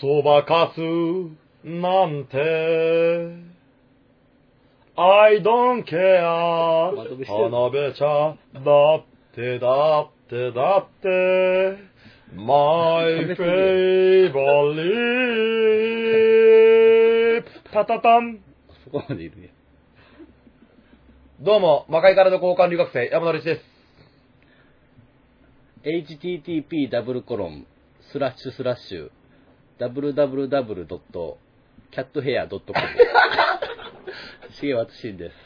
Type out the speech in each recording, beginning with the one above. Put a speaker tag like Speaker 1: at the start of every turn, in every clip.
Speaker 1: そばかすなんて I don't care
Speaker 2: まとめしてる
Speaker 1: 花べちゃだってだってだって My
Speaker 2: まとめ
Speaker 1: favorite タタタン
Speaker 2: そこまでいるね。
Speaker 1: どうも魔界からの交換留学生山田律です
Speaker 2: http ダブルコロンスラッシュスラッシュ www.cathair.com 重松慎です。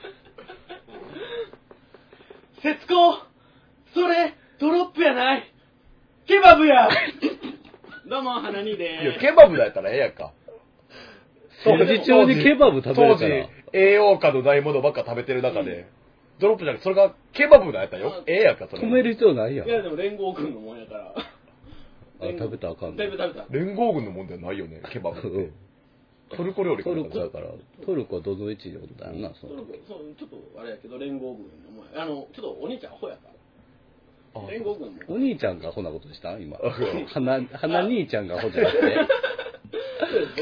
Speaker 3: 節子それ、ドロップやないケバブやどうも、花にで
Speaker 1: いや
Speaker 3: ーす。
Speaker 1: ケバブだったらええやんか
Speaker 2: 戦時中にケバブ食べる
Speaker 1: 当
Speaker 2: か
Speaker 1: 時
Speaker 2: ら、
Speaker 1: 栄養価のないものばっか食べてる中で、ドロップじゃなくてそれがケバブなんやったらよ
Speaker 3: うん
Speaker 1: ええやんかそれ
Speaker 2: 止める必要ないやん。
Speaker 3: いや、でも連合軍のもんやから。
Speaker 2: あ食べたらあかん
Speaker 3: だ
Speaker 2: ね
Speaker 3: いぶ食べた。
Speaker 1: 連合軍のもんではないよねケバブっ
Speaker 2: う
Speaker 1: て
Speaker 2: ん
Speaker 1: トルコ料理か
Speaker 2: ト
Speaker 1: な
Speaker 2: ルコだから、トルコはどの位置におったんやな、そ
Speaker 3: そ
Speaker 2: の
Speaker 3: の
Speaker 2: 時。
Speaker 3: そうちょっとあれやけど、連合軍のもんや。あの、ちょっとお兄ちゃんアホやから
Speaker 1: あ。
Speaker 3: 連合軍のも
Speaker 2: お
Speaker 3: ん。
Speaker 2: 兄ちゃんがアホなことした 今
Speaker 1: あそう。
Speaker 2: 花、花兄ちゃんがアホじゃなくて。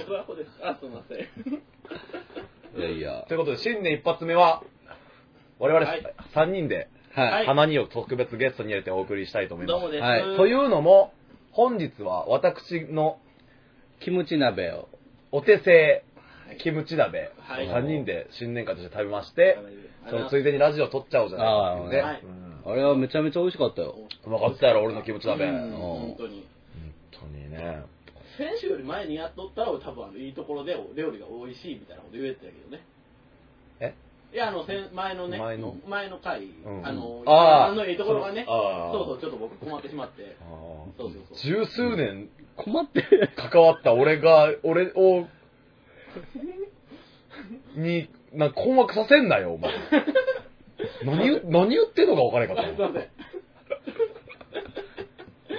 Speaker 3: 僕はアホです。あ、すいません。
Speaker 2: いやいや
Speaker 1: とい。うことで新年一発目は我々
Speaker 3: はい
Speaker 1: 3人で
Speaker 2: はい。
Speaker 1: 花にを特別ゲストに入れてお送りしたいと思います
Speaker 3: どうもです。
Speaker 2: はい
Speaker 1: というのも本日は私の
Speaker 2: キムチ鍋を。
Speaker 1: お手製キムチ鍋、
Speaker 3: はい
Speaker 1: 3人で新年会として食べまして、そのついでにラジオ撮っちゃおうじゃないですか、ね
Speaker 3: あーはい
Speaker 1: うん
Speaker 2: あれはめちゃめちゃ美味しかったよ。
Speaker 1: うまかったやろ俺のキムチ鍋
Speaker 3: うん
Speaker 1: うん
Speaker 3: 本当に。
Speaker 1: 本当にね
Speaker 3: 先週より前にやっとったら、俺多分あのいいところでお料理が美味しいみたいなこと言えてたけどね。
Speaker 1: え
Speaker 3: いや、あの、先前のね、
Speaker 1: 前の
Speaker 3: 前の
Speaker 1: う
Speaker 3: 回、
Speaker 1: ん
Speaker 3: あの、
Speaker 1: あー
Speaker 3: あのいいところがね、
Speaker 1: そのあー
Speaker 3: そうそう、ちょっと僕困ってしまって。 そうそうそう。
Speaker 1: 十数年
Speaker 2: 困ってる。
Speaker 1: 関わった俺が俺をになんか困惑させんなよお前何言何言ってんのか分からへんか
Speaker 3: あ
Speaker 1: っ
Speaker 3: すい
Speaker 1: た
Speaker 3: ませ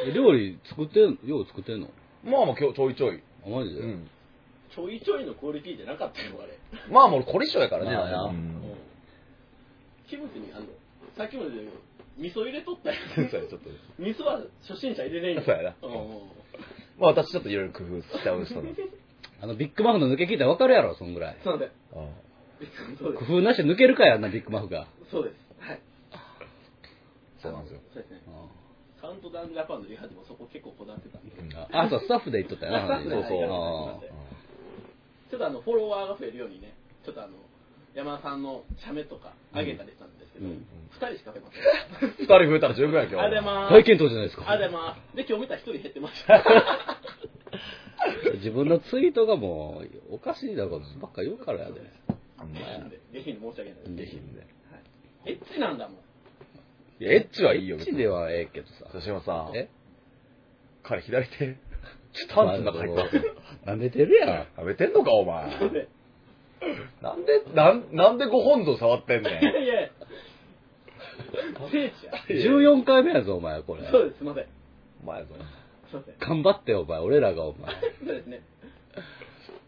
Speaker 3: ん。
Speaker 2: 料理作ってんのよう作ってんの
Speaker 1: まあまあ今日ちょいちょい、
Speaker 2: あマジで、
Speaker 1: うん、
Speaker 3: ちょいちょいのクオリティじゃなかったよ、あれ。
Speaker 1: まあもうこれ一緒やからね、
Speaker 2: まあな
Speaker 1: うん
Speaker 3: キムチに、あの、さっきも言ったけど、味噌入れとったや
Speaker 1: そうや
Speaker 3: ん。
Speaker 1: ちょっと
Speaker 3: 味噌は初心者入れれんよ
Speaker 1: そうやな
Speaker 3: うん
Speaker 1: まあ私ちょっといろいろ工夫しちゃう人なんで
Speaker 2: あのビッグマフの抜け聞いたら分かるやろそんぐらい
Speaker 3: すいません。
Speaker 1: あ
Speaker 3: そうで
Speaker 2: 工
Speaker 3: す。
Speaker 2: 夫なしで抜けるかやあんなビッグマフが
Speaker 3: そうです。はい。
Speaker 1: そうなんですよ。
Speaker 3: そうですね。
Speaker 2: う
Speaker 3: カウントダウンジャパンのリハでもそこ結構こだわってたんで。
Speaker 1: うん
Speaker 2: んあそうスタッフで行っとったよな
Speaker 3: スタッフで
Speaker 1: そうそう
Speaker 2: あ
Speaker 3: あちょっとあの、フォロワーが増えるようにね、ちょっとあの、山田さんの写メとかあげたりしたんですけど、
Speaker 2: う
Speaker 3: 二、
Speaker 2: ん
Speaker 3: 人しか増えません。
Speaker 1: 2人増えたら十分やけど
Speaker 3: あれま
Speaker 2: あ
Speaker 3: ー
Speaker 2: 大健闘じゃない ですか
Speaker 3: あでまあ、で、今日見たら一人減ってました。
Speaker 2: 自分のツイートがもうおかしいだろばっか言うからやで
Speaker 1: あんまや
Speaker 3: 下品で申し訳ない
Speaker 1: 下品で
Speaker 3: エッチなんだもん。
Speaker 1: いやエッチはいいよ
Speaker 2: エッ
Speaker 1: 別
Speaker 2: チ
Speaker 1: に
Speaker 2: ではええけどさ
Speaker 1: 私もさ
Speaker 2: え
Speaker 1: 彼左手ちょっとパンツの中入って
Speaker 2: なめてるやん
Speaker 1: たやめてんのかお前
Speaker 3: それ
Speaker 1: なんでなんなんでご本尊触ってんね
Speaker 3: いや
Speaker 1: ん
Speaker 3: いや。聖地や。
Speaker 2: 14回目やぞお前これ
Speaker 3: そうです、すいません。
Speaker 1: お前ぞ
Speaker 3: すいません。
Speaker 2: 頑張ってお前俺らがお前
Speaker 3: そうですね。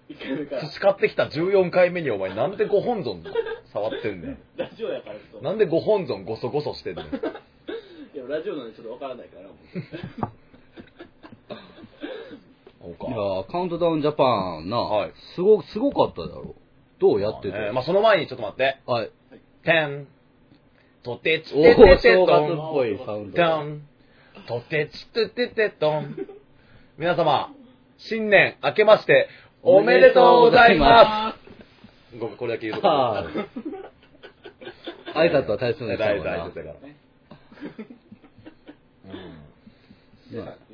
Speaker 3: 一回目から。
Speaker 1: 培ってきた14回目にお前なんでご本尊触ってんね
Speaker 3: ラジオやからちょっ
Speaker 1: ん
Speaker 3: と。
Speaker 1: なんでご本尊ごそごそしてんねん
Speaker 3: いや、ラジオなんでちょっとわからないから。
Speaker 1: そう
Speaker 2: い
Speaker 1: か
Speaker 2: やーカウントダウンジャパンな、
Speaker 1: はい
Speaker 2: すごすごかっただろどうやって
Speaker 1: ま
Speaker 2: て、
Speaker 1: あねまあその前にちょっと待って
Speaker 2: はい
Speaker 1: てんとてち
Speaker 2: お
Speaker 1: てててと
Speaker 2: お正月っ
Speaker 1: ん
Speaker 2: ぽいサウンド
Speaker 1: どんとてちてててとん皆様新年明けましておめでとうございますごめんこれだけ言うと
Speaker 2: ああ挨拶は大切な
Speaker 1: 大
Speaker 2: や
Speaker 1: 大
Speaker 2: つだもんな
Speaker 1: 切だから
Speaker 3: ね
Speaker 1: うん
Speaker 2: ね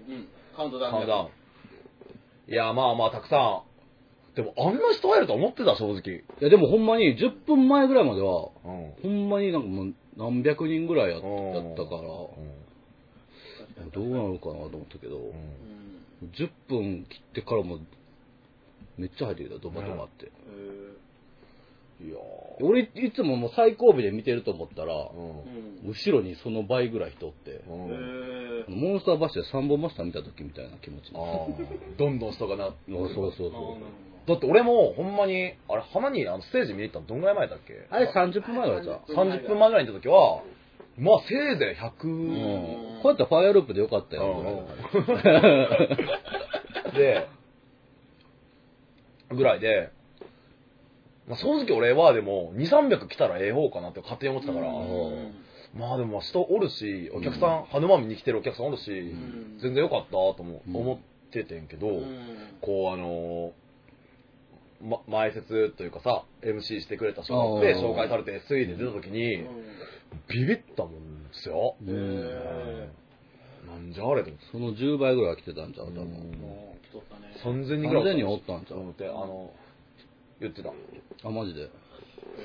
Speaker 3: うん。カウントダウン
Speaker 1: カウント
Speaker 3: ジ
Speaker 1: ダ
Speaker 3: ャパ
Speaker 1: ウ
Speaker 3: ン
Speaker 1: ンいやまあまあたくさんでもあんな人入ると思ってた正直
Speaker 2: いやでもほんまに10分前ぐらいまでは
Speaker 1: うん
Speaker 2: ほんまになんかもう何百人ぐらいやっ
Speaker 1: うん
Speaker 2: やったから
Speaker 1: う
Speaker 2: どうなのかなと思ったけど、
Speaker 1: んうん
Speaker 3: うん
Speaker 2: 10分切ってからもめっちゃ入ってきたドバドバって、
Speaker 3: え
Speaker 1: いや
Speaker 2: 俺いつももう最後尾で見てると思った
Speaker 1: ー
Speaker 2: ら、
Speaker 3: ーうん
Speaker 2: 後ろにその倍ぐらい人おって、
Speaker 1: うん
Speaker 3: え
Speaker 1: うん
Speaker 3: ー
Speaker 2: モンスターバッシュで3本マスター見た時みたいな気持ち
Speaker 1: あ
Speaker 2: あ
Speaker 1: ーどんどん人がな
Speaker 2: そうそうそう
Speaker 3: あ
Speaker 1: だって俺もほんまにあれ花にあのステージ見に行ったのどんぐらい前だっけ
Speaker 2: あれ30分前ぐらいじゃん
Speaker 1: 30分前ぐらいに行った時はまあせいぜい100、
Speaker 2: うん こうやったらファイアループでよかったよ、
Speaker 1: うんでぐらいで、まあ、正直俺はでも、2、300来たらええ方かなって勝手に思ってたから、
Speaker 3: うん
Speaker 1: まあでも人おるし、お客さん、ハヌマ見に来てるお客さんおるし、
Speaker 3: ん
Speaker 1: 全然よかったと思,、
Speaker 2: うん
Speaker 1: 思っててんけど、
Speaker 3: うん
Speaker 1: こうあのーま、前説というかさ、MC してくれた人で
Speaker 2: あー
Speaker 1: 紹介されて、推移で出た時に、ビビったもんですよ。
Speaker 3: うん
Speaker 2: え
Speaker 1: なんじゃあれと思って。
Speaker 2: その10倍ぐらいは来てたんちゃう多
Speaker 1: う
Speaker 2: 分
Speaker 1: ん
Speaker 3: もう来とったね
Speaker 1: 3000人ぐらい
Speaker 2: 完全におったんち
Speaker 1: と
Speaker 2: ゃ
Speaker 1: 思
Speaker 2: う
Speaker 1: って、あの、言ってた。
Speaker 2: あマジでへ
Speaker 1: ス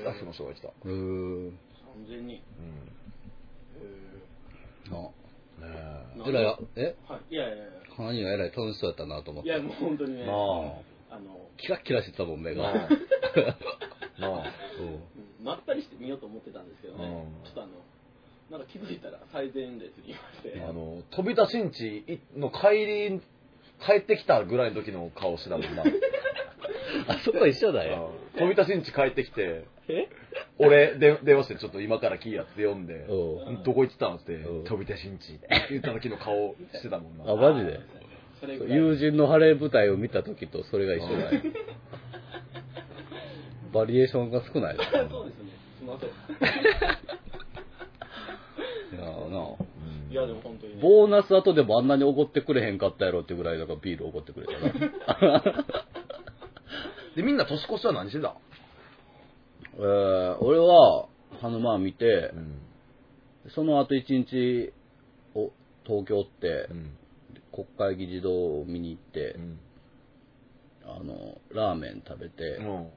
Speaker 1: タッフの人が言ってた。
Speaker 2: え
Speaker 3: 3000人へ
Speaker 1: うん。
Speaker 2: な
Speaker 1: ねえ。
Speaker 2: えらいあえ
Speaker 3: ーはいいやいやい
Speaker 2: 花にはえらい楽しそうやったなと思って
Speaker 3: やいやもう本当にね
Speaker 1: なあ。
Speaker 3: あの
Speaker 2: キラッキラしてたもん目が
Speaker 1: なあ。 なあ。
Speaker 3: うんまったりして見ようと思ってたんですけどね
Speaker 1: うん
Speaker 3: ちょっとあのなんか気づいたら最前列にいまして
Speaker 1: あの、飛び出しんちの帰り、帰ってきたぐらいの時の顔してたもんな。
Speaker 2: あそこ一緒だよ
Speaker 1: うん飛び出しんち帰ってきて、
Speaker 2: え
Speaker 1: 俺、で電話して、ちょっと今からキーやって読んで、
Speaker 2: うん
Speaker 1: どこ行ってたんって
Speaker 2: うん、
Speaker 1: 飛び出しんちって言った時の顔してたもんな。
Speaker 2: あマジで
Speaker 3: それぐらい
Speaker 2: 友人の晴れ舞台を見た時とそれが一緒だよバリエーションが少ないです
Speaker 3: そうですねすみません
Speaker 2: いやなあ
Speaker 1: うん
Speaker 3: いやでも本当にね
Speaker 2: ボーナス後でもあんなに怒ってくれへんかったやろってぐらいだからビール怒ってくれたな
Speaker 1: で、みんな年越しは何してた
Speaker 2: えー俺は花間見て
Speaker 1: うん。
Speaker 2: その後一日お東京って
Speaker 1: うん。
Speaker 2: 国会議事堂を見に行って
Speaker 1: う、ん。
Speaker 2: あのラーメン食べて、
Speaker 1: も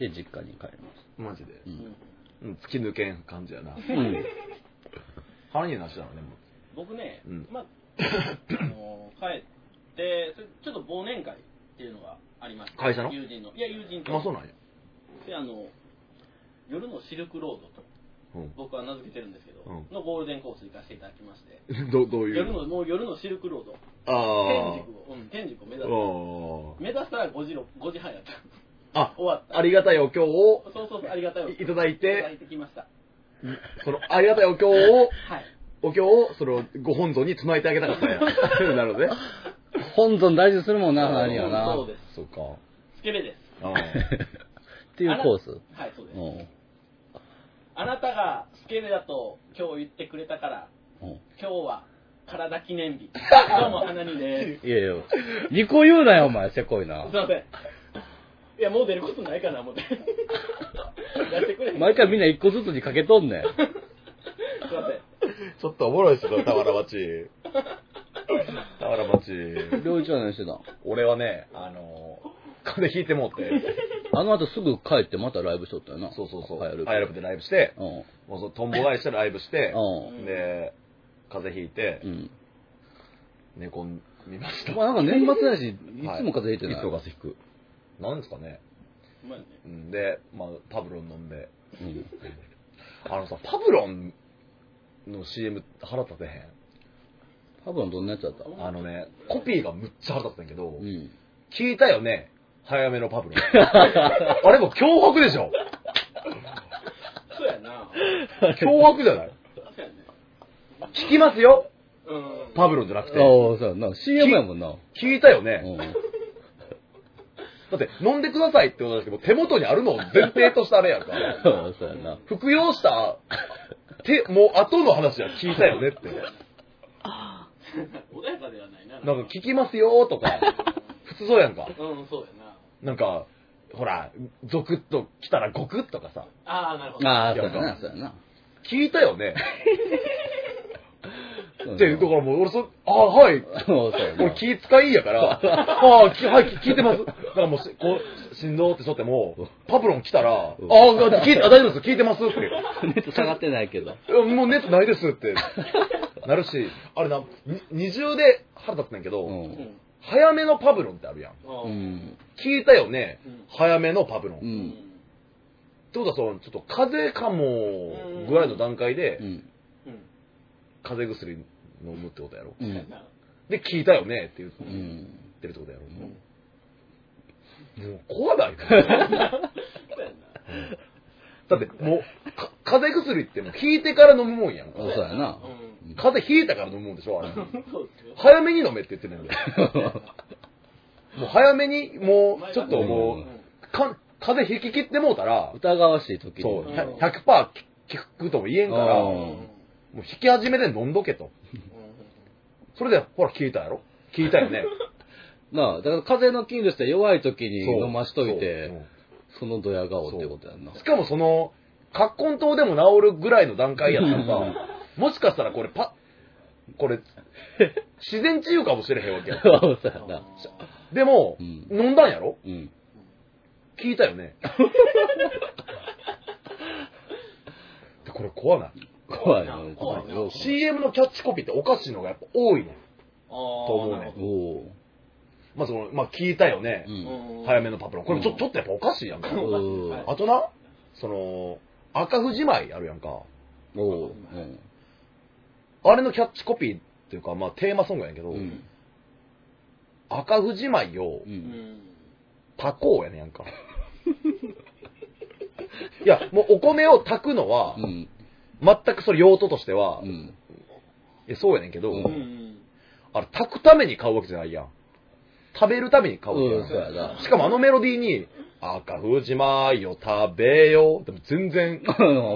Speaker 2: で実家に帰りまし
Speaker 1: う、マジで
Speaker 2: う。
Speaker 3: うん
Speaker 1: うん、突き抜けん感じやな。
Speaker 2: た、うん、
Speaker 1: 腹になしだろね、も
Speaker 3: 僕ね
Speaker 1: うん
Speaker 3: まああの帰ってそれちょっと忘年会っていうのがありまして
Speaker 1: 会社の
Speaker 3: 友人のいや友人
Speaker 1: う。
Speaker 3: と
Speaker 1: まあ、そうなんや。
Speaker 3: であの夜のシルクロードと
Speaker 1: う
Speaker 3: 僕は名付けてるんですけど、
Speaker 1: うん
Speaker 3: のゴールデンコース行かせていただきまして、
Speaker 1: ん。 ど、どういう。
Speaker 3: 夜のもう夜のシルクロード
Speaker 1: あ
Speaker 3: 天竺を、うん、天竺を目指
Speaker 1: あ
Speaker 3: す目指したら5時ろ5時半やった
Speaker 1: あ。あ、
Speaker 3: 終わった
Speaker 1: ありがたいお経を
Speaker 3: そうそうそうありがたいわ
Speaker 1: いいただい
Speaker 3: いただ
Speaker 1: て、
Speaker 3: いてきました
Speaker 1: その、ありがたいお経を、
Speaker 3: はい
Speaker 1: お経を、その、ご本尊に唱えてあげたかったんや。 なるほどね。
Speaker 2: 本尊大事するもんな何はな
Speaker 3: そうです
Speaker 1: そうか。
Speaker 3: スケベです
Speaker 1: ああ。
Speaker 2: っていうコース
Speaker 3: あなはいそうです、
Speaker 2: うん
Speaker 3: あなたがスケベだと今日言ってくれたから
Speaker 2: うん
Speaker 3: 今日は体記 念日どうも花にです
Speaker 2: いやいや2個言うなよお前せこいな
Speaker 3: すいませんいやもう出ることないかな 思ってやってくれへん
Speaker 2: 毎回みんな1個ずつにかけとんねん
Speaker 3: すいません
Speaker 1: ちょっとおもろいっすよ、俵町。俵町。
Speaker 2: 両一は何してたん
Speaker 1: 俺はね、あのー、金引いてもうって。
Speaker 2: あの後すぐ帰ってまたライブしとったよな
Speaker 1: そうそうそう。
Speaker 2: 流
Speaker 1: アイ
Speaker 2: 行る
Speaker 1: ラブでライブして、
Speaker 2: う
Speaker 1: もうそのトンボ返してライブして、
Speaker 2: ん
Speaker 3: ん
Speaker 1: で、風邪ひいて
Speaker 2: う、ん
Speaker 1: 寝込みました
Speaker 2: お。前なんか年末やしいつも風邪ひいてない
Speaker 1: いつも風邪ひく。なんですかね。
Speaker 3: うまいね
Speaker 1: うんで、まあ、パブロン飲んで。
Speaker 2: うん
Speaker 1: あのさ、パブロンの CM 腹立てへん。
Speaker 2: パブロンどんなやつだった
Speaker 1: あのね、コピーがむっちゃ腹立ってんけど、
Speaker 2: うん
Speaker 1: 聞いたよね早めのパブロン。 あれもう脅迫でしょ
Speaker 3: そうやな
Speaker 1: 脅迫じゃない
Speaker 3: そうやね
Speaker 1: 聞きますよ
Speaker 3: うん
Speaker 1: パブロンじゃな
Speaker 2: あ
Speaker 1: く
Speaker 2: あ
Speaker 1: て。
Speaker 2: そうやな CM やもんな
Speaker 1: 聞いたよ
Speaker 2: う
Speaker 1: ね、
Speaker 2: ん
Speaker 1: だって飲んでくださいってことだけど、手元にあるのを前提としたあれやんか。
Speaker 2: そうそうやな
Speaker 1: 服用した、て、もう後の話は聞いたよねって。
Speaker 3: 穏やかではない
Speaker 1: な
Speaker 3: な。
Speaker 1: んか聞きますよと か、普通そうやんか。
Speaker 3: うん、そうやな。
Speaker 1: なんか、ほら、ゾクッと来たらゴクッとかさ、
Speaker 3: ああ、なるほど。
Speaker 2: ああそうやなそうやな
Speaker 1: 聞いたよね
Speaker 2: そう
Speaker 1: って、
Speaker 2: や
Speaker 1: だ
Speaker 2: な
Speaker 1: からもう俺そ、あはい、
Speaker 2: そうそうやな
Speaker 1: 俺気使いやから、ああ、きはい、聞いてます。だからもうし、こう、振動ってしとっても、パブロン来たら、ああ、
Speaker 2: ん
Speaker 1: 聞いて、あ大丈夫です、聞いてますって。
Speaker 2: ネット下がってないけど
Speaker 1: いやもう熱ないですって、なるし、あれな、に二重で腹立ってんやけど、
Speaker 2: うん
Speaker 1: 早めのパブロンってあるやん。
Speaker 2: う
Speaker 3: うん。
Speaker 2: ん
Speaker 1: 聞いたよね、
Speaker 3: うん
Speaker 1: 早めのパブロン。
Speaker 2: う
Speaker 1: っ
Speaker 2: ん
Speaker 1: てことは、そう、ちょっと風邪かも、ぐらいの段階で、
Speaker 2: うん
Speaker 1: 風邪薬飲むってことやろ。
Speaker 2: う
Speaker 3: うん
Speaker 2: ん
Speaker 1: で、聞いたよねって言う
Speaker 2: う
Speaker 1: 言
Speaker 2: ん
Speaker 1: ってるってことやろ。
Speaker 2: ん
Speaker 1: もう怖ないか
Speaker 3: そうやな。
Speaker 1: だってもう、か風邪薬ってもう聞いてから飲むもんやんか。
Speaker 2: そうやな
Speaker 3: うん。
Speaker 1: 風邪ひいたから飲むもんでしょ、あれ。
Speaker 3: そうですよ。
Speaker 1: 早めに飲めって言ってるんだよ。もう早めに、もう、ちょっと
Speaker 2: う
Speaker 1: も
Speaker 2: ん
Speaker 1: う、か風邪引き切ってもうたら、
Speaker 2: 疑わしい時に。
Speaker 1: そう、
Speaker 3: ん
Speaker 1: 100%聞くとも言えんから、
Speaker 2: うん
Speaker 1: もう引き始めで飲んどけと。それで、ほら、聞いたやろ聞いたよね。
Speaker 2: なあ、だから風邪の菌として弱い時に
Speaker 1: そう
Speaker 2: 飲ましとい
Speaker 1: そうう
Speaker 2: て
Speaker 1: ん、
Speaker 2: そのドヤ顔ってことやんな。
Speaker 1: しかもその、葛根糖でも治るぐらいの段階やったらさ、もしかしたらこれパこ れ、自然治癒かもしれへんわけや。
Speaker 2: そうやな。
Speaker 1: でも、
Speaker 2: うん
Speaker 1: 飲んだんやろ
Speaker 2: うん。
Speaker 1: 聞いたよね。でこれ怖ない。
Speaker 2: 怖いな。
Speaker 3: 怖いな
Speaker 2: よ
Speaker 1: CM のキャッチコピーっておかしいのがやっぱ多いねん。
Speaker 3: と
Speaker 1: 思うね
Speaker 2: おおー。
Speaker 1: まあその、まあ聞いたよね
Speaker 2: う。ん。
Speaker 1: 早めのパプロン。これちょ
Speaker 2: うん
Speaker 1: ちょっとやっぱおかしいやんか。
Speaker 2: う
Speaker 3: うん
Speaker 2: ん
Speaker 1: あとな、その、赤富士米あるやんか。
Speaker 2: おお。うん
Speaker 1: あれのキャッチコピーっていうか、まあテーマソングやねんけど、
Speaker 2: うん。
Speaker 1: 赤富士米を
Speaker 2: う。
Speaker 3: うんん
Speaker 1: 炊こうやねんやんか。 いや、もうお米を炊くのは
Speaker 2: う、ん。
Speaker 1: 全くそれ用途としては
Speaker 2: う、ん。
Speaker 1: えそうやねんけど、
Speaker 2: うん
Speaker 3: うん
Speaker 1: あれ炊くために買うわけじゃないやん。食べるために買うわけ
Speaker 2: うん、
Speaker 1: じ
Speaker 2: そ
Speaker 1: ゃ
Speaker 2: う
Speaker 1: ない。
Speaker 2: やな。
Speaker 1: しかもあのメロディーに、赤富士米を食べよう。でも全然
Speaker 2: う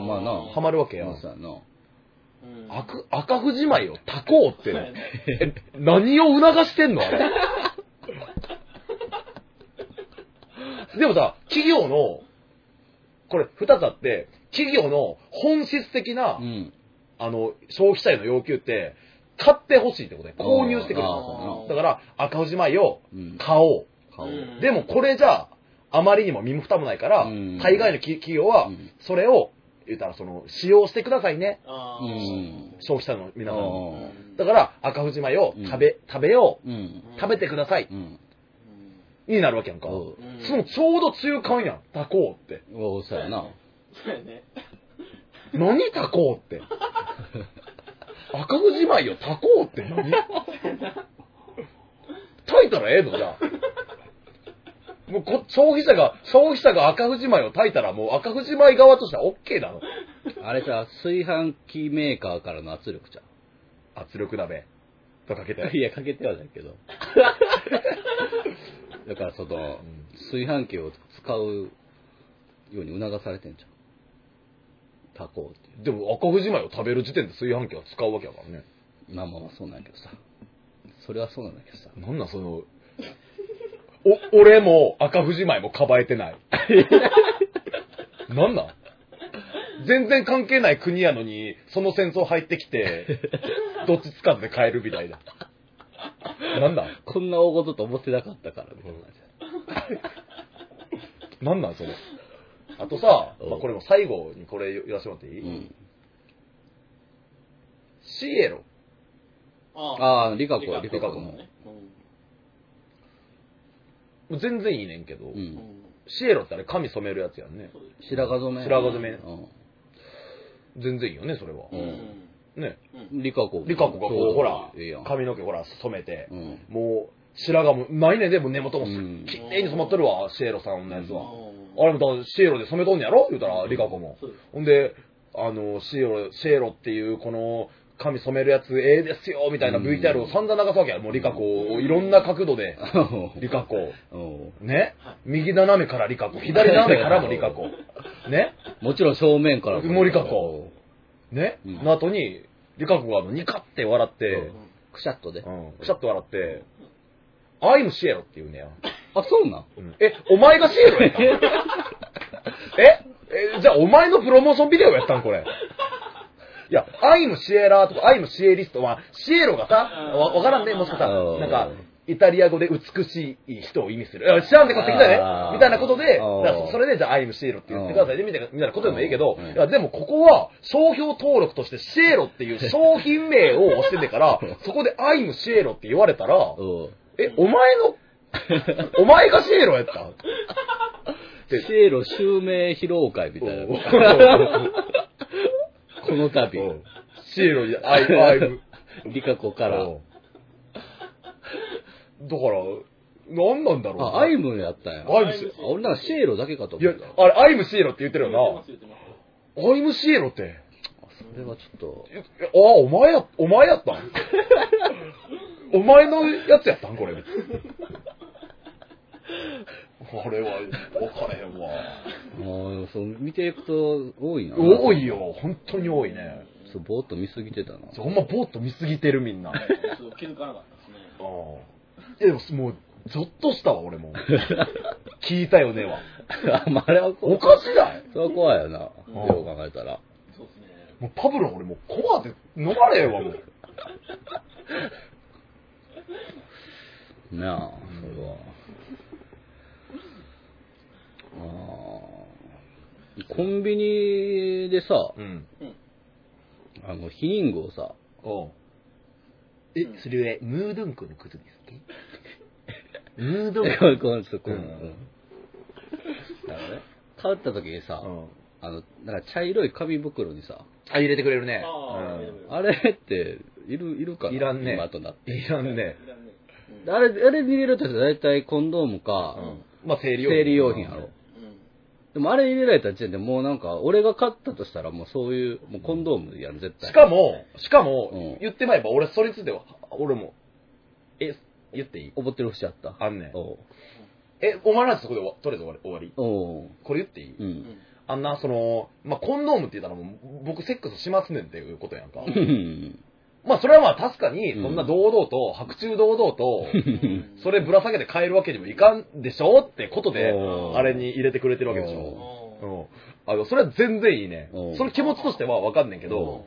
Speaker 2: ん、 まあな。
Speaker 1: ハマるわけや
Speaker 2: うんん。そうやな。
Speaker 3: うん
Speaker 1: 赤赤富士米を炊こうっ
Speaker 3: そう
Speaker 1: て、
Speaker 3: やね
Speaker 1: え何を促してんのあ れ。でもさ、企業の、これ二つあって、企業の本質的な、
Speaker 2: うん。
Speaker 1: あの、消費者への要求って、買ってほしいってことで、購入してくれる
Speaker 2: あーそう
Speaker 1: だから、赤富士米を
Speaker 2: うん。
Speaker 1: 買お
Speaker 2: 顔。
Speaker 3: うん
Speaker 1: う。でもこれじゃ、あまりにも身も蓋もないから
Speaker 2: うん、
Speaker 1: 海外の企企業は
Speaker 2: うん、
Speaker 1: それを、言ったら、その、使用してくださいね。
Speaker 3: あ
Speaker 2: う
Speaker 3: ー
Speaker 2: ん
Speaker 1: 消費者の皆さん
Speaker 2: あ
Speaker 1: も。
Speaker 2: ー
Speaker 1: だから、赤富士米を食べ、食べよう。
Speaker 2: うん。
Speaker 1: 食べてください。
Speaker 2: うん。
Speaker 1: になるわけやんか。
Speaker 2: おう
Speaker 3: うん
Speaker 1: そのちょうど中間やん。炊こうって。
Speaker 2: おう、そうやな。
Speaker 3: そうやね
Speaker 1: 何炊こうって。 赤富士米を炊こうって何炊いたらええのじゃあ。もうこ消費者が、消費者が赤富士米を炊いたらもう赤富士米側としては OK なの。
Speaker 2: あれさ、炊飯器メーカーからの圧力じゃ
Speaker 1: 圧力鍋とかけ
Speaker 2: ん。い
Speaker 1: て。
Speaker 2: や、かけてはないけ ど。だから、その、炊飯器を使うように促されてんじゃん。炊こうってい
Speaker 1: でも赤富士米を食べる時点で炊飯器は使うわけやからね。
Speaker 2: う。まあまあまあ、そうなんやけどさ。それはそうなんだけどさ。
Speaker 1: なんなんその、お、俺も赤富士米もかばえて ない。なんなん全然関係ない国やのに、その戦争入ってきて、どっちつかずで帰るみたいな。なんなん
Speaker 2: こんな大事と思ってなかったから、みたいな感じ
Speaker 1: なんなんそれ。あとさ、
Speaker 2: うん
Speaker 1: まあ、これも最後にこれ言わせてもらっていい、
Speaker 2: うん。
Speaker 1: シエロ。
Speaker 3: あ
Speaker 2: ああ、理
Speaker 3: ー
Speaker 2: 香子、理香子の。
Speaker 3: ね
Speaker 1: もう全然いいねんけど、
Speaker 2: うん
Speaker 3: う。ん
Speaker 1: シエロってあれ髪染めるやつやんね。
Speaker 2: 白髪染め。
Speaker 1: 白髪染め
Speaker 2: うん。
Speaker 1: 全然いいよね、それは。
Speaker 2: うん
Speaker 1: ね。
Speaker 3: うん
Speaker 2: 理香子。
Speaker 1: リカ子がこう、ほら
Speaker 2: ええやん、
Speaker 1: 髪の毛ほら染めて
Speaker 2: う、ん。
Speaker 1: もう、白髪も、ないねんで、もう根元もす
Speaker 2: うん
Speaker 1: きれいに染まっとるわ、シエロさんのやつ
Speaker 2: う
Speaker 1: は。
Speaker 3: ん
Speaker 1: あれもだからシエロで染めとんねやろ言うたら、リカ子も。
Speaker 3: そうです
Speaker 1: ほんで、あの、シエロ、シエロっていう、この、髪染めるやつ、ええですよ、みたいな
Speaker 2: うん
Speaker 1: VTR を散々流すわけや。もうリカ子をいろんな角度で、リカ子。
Speaker 2: うん
Speaker 1: ね
Speaker 3: はい
Speaker 1: 右斜めからリカ子、左斜めからもリカ子。ね
Speaker 2: もちろん正面から。
Speaker 1: 森香子ね
Speaker 2: うん
Speaker 1: の後に、リカ子があの、ニカって笑って、
Speaker 2: くしゃっとで。
Speaker 1: うん、くしゃっと笑って、アイムシエロって言うねや。
Speaker 2: あ、そうなん
Speaker 1: え、お前がシエロやったん ええ、じゃあお前のプロモーションビデオやったんこれ。いや、アイムシエラーとか、アイムシエリストは、シエロがさ、わわからんね、もしかした
Speaker 2: う
Speaker 1: ら、
Speaker 2: ん
Speaker 1: なんか、イタリア語で美しい人を意味する。いや知らんで買ってきた
Speaker 2: あ
Speaker 1: ね
Speaker 2: ー
Speaker 1: みたいなことで、だ
Speaker 2: うん
Speaker 1: からそれでじゃあアイムシエロって言ってくださいね、みたいなみたいなことでもいいけど
Speaker 2: うん、
Speaker 1: いやでもここは商標登録としてシエロっていう商品名を押してて から、そこでアイムシエロって言われたら、
Speaker 2: うん。
Speaker 1: え、お前の、お前がシエロや ったんで
Speaker 2: シエロ襲名披露会みたいな。 この度、
Speaker 1: シエロにアイアイブ。
Speaker 2: リカ子から。
Speaker 1: だから、何なんだろうな。
Speaker 2: あ、アイムやったんや。
Speaker 1: アイム
Speaker 3: アイ
Speaker 1: シ
Speaker 3: ム
Speaker 1: エ
Speaker 2: あ俺なんかシエロだけかと
Speaker 1: い
Speaker 2: 思
Speaker 1: や
Speaker 2: った。、あ、
Speaker 1: あれ、アイムシエロって言ってる
Speaker 3: 言
Speaker 1: よ
Speaker 3: ってます言ってます
Speaker 1: な。アイムシエロって。
Speaker 2: それはちょっと。
Speaker 1: えあ、お前や、お 前やったんお前のやつやったんこれ。あれは、分からへんわ。
Speaker 2: ああ、そう、見ていくと多いな。
Speaker 1: 多い。よ、本当に多いね。
Speaker 2: そう、ぼーっと見すぎてたな。
Speaker 1: ほんま、ぼーっと見すぎてるみんな。あ
Speaker 3: そう気づかなかったですね。
Speaker 1: あえ、でも、もう、ゾッとしたわ、俺 も。聞いたよねは。
Speaker 2: あ、まあ、あれは怖
Speaker 1: お
Speaker 2: い。
Speaker 1: かしない
Speaker 2: それは怖いよな。よ
Speaker 3: う
Speaker 2: うん考えたら。
Speaker 3: そうですね。
Speaker 1: もうパブロ俺もうコアで飲まれへんわもう
Speaker 2: なあ、それは。ああ。コンビニでさ、
Speaker 1: うん
Speaker 2: あの、ヒニングをさ、
Speaker 1: おえそれはムードンコのことですかム ード
Speaker 2: こ
Speaker 1: ンコ
Speaker 2: れ、これ、ちょっとこれ、
Speaker 1: う
Speaker 2: うんん。だからね、買った時にさ、
Speaker 1: うん
Speaker 2: あの、なんか茶色い紙袋にさ、
Speaker 1: あ入れてくれるね
Speaker 3: あー
Speaker 1: う
Speaker 2: あれって、いる、いるかない
Speaker 1: らんね
Speaker 2: 今となって。
Speaker 1: んいらんね
Speaker 3: いらんねうん
Speaker 2: あれ、あれ入れるとしたら大体コンドームか、
Speaker 1: まあ生理用品
Speaker 2: 生理用品やろ。
Speaker 3: うん
Speaker 2: でもあれ入れられた時点でもうなんか、俺が買ったとしたらもうそういう、もうコンドームやん、絶対。
Speaker 1: しかもしか
Speaker 2: う
Speaker 1: も
Speaker 2: ん
Speaker 1: 言ってまえば俺それについては俺もえ言っていい
Speaker 2: 思ってる節あった。
Speaker 1: あんねん
Speaker 2: おう
Speaker 1: えお前らそこで終わとりあえず終わり終わり
Speaker 2: おう
Speaker 1: これ言っていい
Speaker 2: うん。
Speaker 1: あんなそのまあコンドームって言ったらもう僕セックスしますねんっていうことやんか
Speaker 3: う
Speaker 2: うん
Speaker 1: まあそれはまあ確かに、
Speaker 2: うん
Speaker 1: そんな堂々と、白昼堂々 と、
Speaker 3: うん
Speaker 1: それぶら下げて買えるわけにもいかんでしょってことで、
Speaker 2: おー
Speaker 1: あれに入れてくれてるわけでし
Speaker 3: あ
Speaker 1: ょ。う
Speaker 3: ー
Speaker 1: ん。あの、それは全然いいね
Speaker 2: お。ー
Speaker 1: その気持ちとしてはわかんねんけど、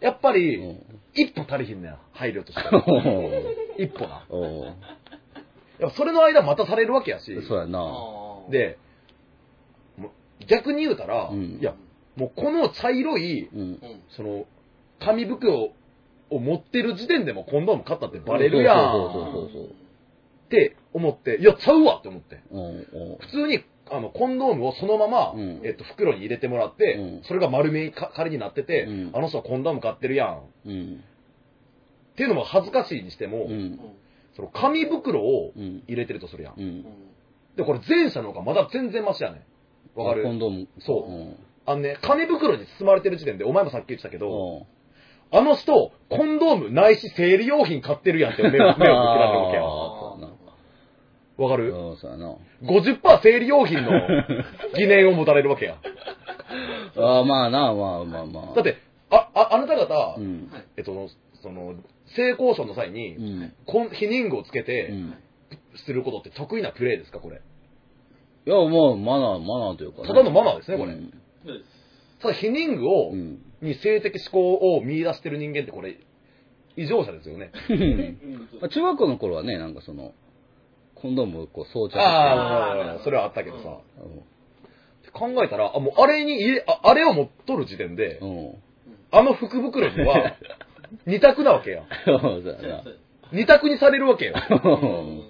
Speaker 1: やっぱ
Speaker 2: う
Speaker 1: り、
Speaker 2: ん
Speaker 1: 一歩足りひんねん、配慮とし て。一歩な。
Speaker 2: おう
Speaker 1: やっぱそれの間待たされるわけやし、
Speaker 2: そうやな。
Speaker 3: あー、
Speaker 1: で、もう逆に言うたら、
Speaker 2: うん
Speaker 1: いや、もうこの茶色い、
Speaker 2: うん
Speaker 3: う。ん
Speaker 1: その、紙袋を持ってる時点でもコンドーム買ったってバレるや。
Speaker 2: そうそうんそうそう
Speaker 1: って思って、いや、ちゃうわって思って。
Speaker 2: おうおう
Speaker 1: 普通に、あの、コンドームをそのまま、
Speaker 2: うん
Speaker 1: えっと、袋に入れてもらって、
Speaker 2: うん
Speaker 1: それが丸めか仮になってて、
Speaker 2: うん
Speaker 1: あの人はコンドーム買ってるやん。っ
Speaker 2: うん。
Speaker 1: ていうのも恥ずかしいにしても、
Speaker 2: うん。
Speaker 1: その紙袋を
Speaker 2: うん。
Speaker 1: 入れてるとするやん。
Speaker 2: うん。
Speaker 1: で、これ前者の方がまだ全然マシやねん。わか
Speaker 2: あコン
Speaker 1: る
Speaker 2: ドーム。。
Speaker 1: そうんあのね、紙袋に包まれてる時点で、お前もさっき言ってたけど、
Speaker 2: おう
Speaker 1: あの人、コンドームないし生理用品買ってるやんって 目を目を向けられるわけやん。
Speaker 2: あーそうや
Speaker 1: わかる
Speaker 2: うんそうやな。
Speaker 1: ?50% 生理用品 の疑念を持たれるわけやん。
Speaker 2: ああ、まあな、まあまあまあ。
Speaker 1: だって、あ、あ、あなた方、
Speaker 2: うん。
Speaker 3: はい
Speaker 1: えっと、その、性交渉の際に、
Speaker 2: うん。
Speaker 1: こん、避妊具をつけ
Speaker 2: う
Speaker 1: て、
Speaker 2: ん。
Speaker 1: することって得意なプレーですか、これ。
Speaker 2: いや、もう、マナー、マナーというかね、
Speaker 1: ただのマナーですねこれ
Speaker 2: うん
Speaker 3: そうです
Speaker 1: ただ、避妊具を、
Speaker 2: うん。
Speaker 1: に性的思考を見出してる人間って、これ、異常者ですよね。
Speaker 3: うんそう
Speaker 2: まあ中学校の頃はね、なんかその、コンドームをこう装着して。
Speaker 1: ああ、それはあったけどさ。って考えたら、あ、もう、あれに入れ、ああれを持っとる時点で
Speaker 2: う、ん。うん。
Speaker 1: あの福袋に は、二択なわけやん。
Speaker 2: そうだ
Speaker 3: そうや
Speaker 2: な
Speaker 3: そう。や
Speaker 1: 二択にされるわけよ。
Speaker 2: うん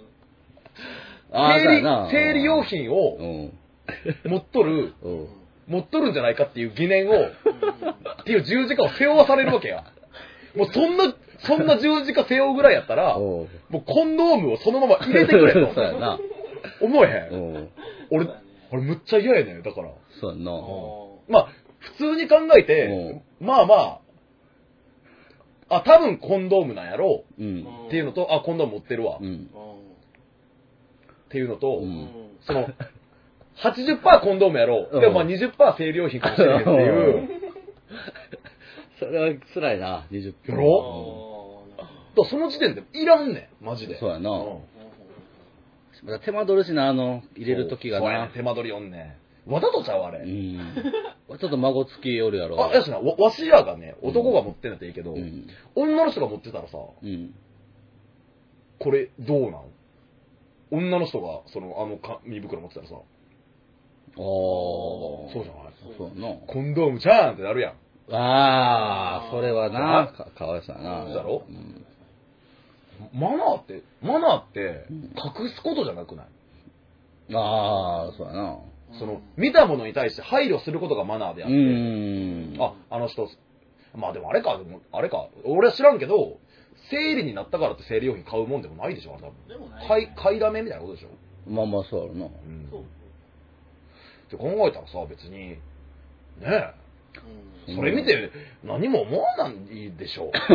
Speaker 2: ああ、そう
Speaker 1: 生
Speaker 2: や
Speaker 1: 理
Speaker 2: な。、
Speaker 1: 生理用品を
Speaker 2: うん。
Speaker 1: 持っとる、
Speaker 2: うん。
Speaker 1: 持っとるんじゃないかっていう疑念を、
Speaker 3: う
Speaker 1: っていう十字架を背負わされるわけや。もうそんな、そんな十字架背負うぐらいやったら、も
Speaker 2: おう
Speaker 1: うコンドームをそのまま入れてくれ
Speaker 2: そうや
Speaker 1: と
Speaker 2: な。
Speaker 1: 思えへ。
Speaker 2: うんん。
Speaker 1: 俺
Speaker 3: そうだね、
Speaker 1: 俺むっちゃ嫌やねん、だから。
Speaker 2: そうやな。
Speaker 1: まあ、普通に考えて、まあまあ、あ、多分コンドームなんやろ
Speaker 2: う。
Speaker 3: うん
Speaker 1: うっていうのと、あ、コンドーム持ってるわ
Speaker 2: う
Speaker 1: っ
Speaker 2: ん。
Speaker 1: ていうのと
Speaker 2: う、
Speaker 3: うんん
Speaker 1: その、80%コンドームやろ
Speaker 2: う
Speaker 1: う。
Speaker 2: ん
Speaker 1: でもまあ20%生理用品かもしれへんっていう。
Speaker 2: それは辛いな、20分。
Speaker 1: やろ
Speaker 3: あーなるほど
Speaker 1: だからその時点でいらんねん、マジで。
Speaker 2: そうやな
Speaker 1: うん
Speaker 2: また手間取るしな、あの、入れる時が
Speaker 1: そうやね
Speaker 2: な。
Speaker 1: ん手間取りおんねん。わざとちゃうあれ。
Speaker 2: うん。ちょっと孫つきおるやろ。
Speaker 1: あ、やしな、わわしらがね、男が持ってんだっていいけど、
Speaker 2: うん。
Speaker 1: 女の人が持ってたらさ、
Speaker 2: うん。
Speaker 1: これどうなん女の人が、その、あの紙袋持ってたらさ、
Speaker 2: ああ。そ
Speaker 1: そうじゃない
Speaker 2: そうやな。
Speaker 1: コンドームじゃーんってなるやん。
Speaker 2: ああ、それは
Speaker 1: あ
Speaker 2: な、かかわいそうやな。
Speaker 1: だろ
Speaker 2: うん
Speaker 1: マナーって、マナーって
Speaker 2: うん、
Speaker 1: 隠すことじゃなくない、
Speaker 2: ああ、そうやな。
Speaker 3: うん
Speaker 1: その、見たものに対して配慮することがマナーであっ
Speaker 2: う
Speaker 1: て、
Speaker 2: ーん。
Speaker 1: あ、あの人、まあでもあれか、でもあれか、俺は知らんけど、生理になったからって生理用品買うもんでもないでしょ、あれ多分。
Speaker 3: でもない
Speaker 1: 買い、買いだめみたいなことでしょ。
Speaker 2: まあまあ、そうやろな。
Speaker 1: うん
Speaker 3: そう
Speaker 1: って考えたらさ、別に、ね
Speaker 3: う
Speaker 1: え、
Speaker 2: ん
Speaker 1: それ見て何も思わないでし ょう。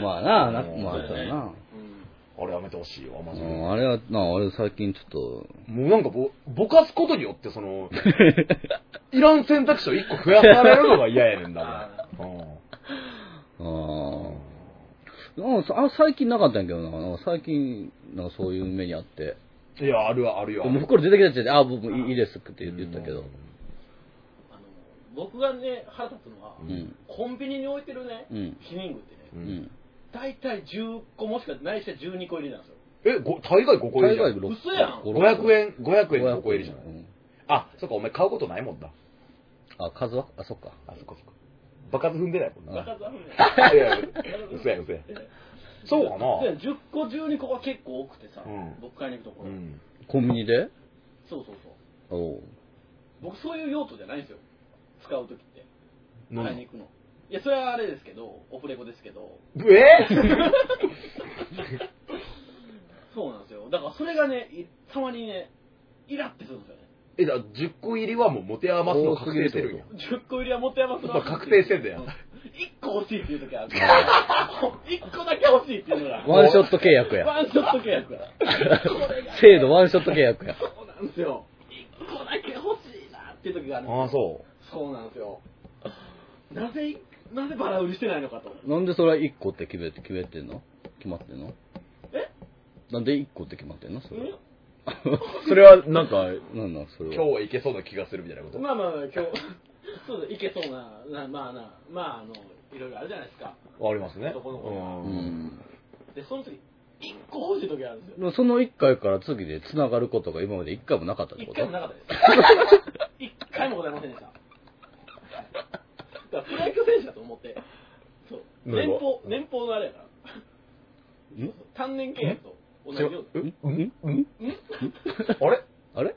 Speaker 2: まあな、な
Speaker 1: うん
Speaker 2: まあそうやな。
Speaker 3: んうん
Speaker 1: あれやめてほしいよ、マジで。
Speaker 2: うんあれは、なあ、あれ最近ちょっと、
Speaker 1: もうなんかぼ、ぼかすことによって、そ の、いらん選択肢を一個増やされるのが嫌やねんだもん。うん
Speaker 2: あーなんかあ、最近なかったんやけどな、なんか最近、なんかそういう目にあって、
Speaker 1: いや、あるよあるよ。
Speaker 2: もう袋出てきた時点で、あ、僕もいいですって言ったけど、
Speaker 3: あの僕がね腹立つのは、
Speaker 2: うん、
Speaker 3: コンビニに置いてるね
Speaker 2: うん、
Speaker 3: ひリングってね
Speaker 1: う。
Speaker 2: うんん。
Speaker 3: 大体10個もしかないしは12個入りなんですよ
Speaker 1: え、ご大概5個入りじゃん。
Speaker 2: 六
Speaker 3: 嘘やん
Speaker 2: 五六
Speaker 1: 500円、500円で5個入りじゃない。
Speaker 2: うん
Speaker 1: あ、そっか、お前買うことないもんな。
Speaker 2: あ、数は、あ、そっか。
Speaker 1: あ、そっかそっか。バカず踏んで ないもんな。
Speaker 3: バカざるね
Speaker 1: いやいや、嘘や嘘や。そうかな。
Speaker 3: 10個12個は結構多くてさ、
Speaker 1: うん
Speaker 3: 僕買いに行くとこ
Speaker 1: う
Speaker 3: ろ、
Speaker 1: ん。
Speaker 2: コンビニで
Speaker 3: そうそうそう
Speaker 2: おう
Speaker 3: 僕そういう用途じゃないんですよ使う時って
Speaker 1: なん
Speaker 3: 買いに行くのいやそれはあれですけどオフレコですけど
Speaker 1: え
Speaker 3: そうなんですよだからそれがねいたまにねイラってするんですよね
Speaker 1: え、だから10個入りはもう持て余すの確定してるんや。
Speaker 3: 10個入りは持ってやばくな
Speaker 1: やっぱ確定してんだよ
Speaker 3: 1個欲しいっていう時ある 1個だけ欲しいっていうのが
Speaker 2: ワンショット契約 や。
Speaker 3: ワンショット契 約だこれが
Speaker 2: 制度ワンショット契約や。
Speaker 3: そうなんですよ1個だけ欲しいなっていう時がある
Speaker 1: ああ、そ
Speaker 3: そうなんですよなぜなぜバラ売りしてないのかと
Speaker 2: なんでそれは1個って決めて、決めてんの決まってんの
Speaker 3: え
Speaker 2: なんで1個って決まってんのそ れは。
Speaker 1: う。それはなんか、
Speaker 2: なんなんそれ
Speaker 1: 今
Speaker 2: は。
Speaker 1: 日はいけそうな気がするみたいなこと。
Speaker 3: まあまあまあ今日そうだいけそうななまあなまああのいろいろあるじゃないです
Speaker 1: あ
Speaker 3: か
Speaker 1: りますね。
Speaker 3: 男の子
Speaker 2: う
Speaker 1: うん。
Speaker 2: ん。
Speaker 3: でその時一個欲しい時あるんです
Speaker 2: で
Speaker 3: よ
Speaker 2: もその1回から次で繋がることが今まで1回もなかったって
Speaker 3: 一
Speaker 2: こと
Speaker 3: 回もなかったです 一回もございませんでしただからプロ野球選手だと思ってそう
Speaker 1: な
Speaker 3: 年
Speaker 1: る
Speaker 3: 俸
Speaker 1: ほ
Speaker 3: 年俸のあれやから
Speaker 2: ん
Speaker 3: 単年契約と同じよう
Speaker 1: え
Speaker 3: な
Speaker 2: んんん
Speaker 1: あれ
Speaker 2: あれ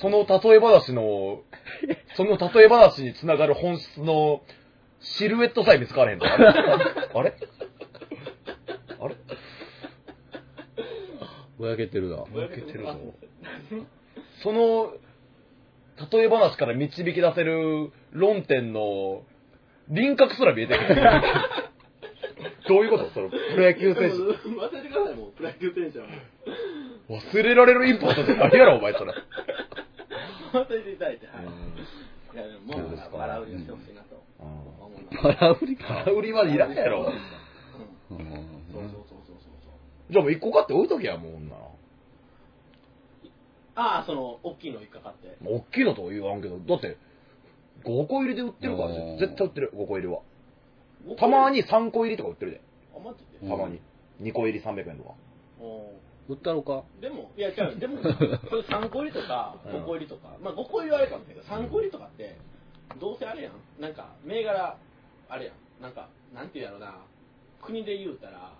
Speaker 1: その例え話 の、その例え話につながる本質のシルエットさえ見つか れへんのあれあれあれ
Speaker 2: ぼやけてるな。
Speaker 1: ぼやけてる
Speaker 3: あ
Speaker 1: ぞその、例え話から導き出せる論点の輪郭すら見えてく る。どういうことそのプロ野球選手。
Speaker 3: 忘れてくださいもうプロ野球選手はもう
Speaker 1: 忘れられるインパクトじゃないやろ、お前それ。
Speaker 3: 忘れていただいてはいいやでも
Speaker 1: そうですか
Speaker 3: もう笑うようにしてほしいなと思います
Speaker 2: バラ売りか。
Speaker 1: 空売りはいらんやろ
Speaker 3: うん。
Speaker 2: うん
Speaker 3: そうそうそうそうそうそう
Speaker 1: じゃあもう一個買って置いときや、もう女。
Speaker 3: ああその大きいの引っかかって
Speaker 1: 大きいのとは言わんけど、だって、5個入りで売ってるから
Speaker 2: うん、
Speaker 1: 絶対売ってる、5個入りは。たまに3個入りとか売ってるで、
Speaker 3: あマジ
Speaker 2: う
Speaker 3: で
Speaker 2: ん
Speaker 1: たまに。2個入り300円とか。
Speaker 3: お
Speaker 2: 売ったろか。
Speaker 3: ーでもいや違うで もそれ3個入りとか
Speaker 1: うん
Speaker 3: 5個入りとかまあ5個入りはあれかもしれないけど3個入りとかってどうせあれやんなんか銘柄あれやんなんかなんていうやろな国で言うたら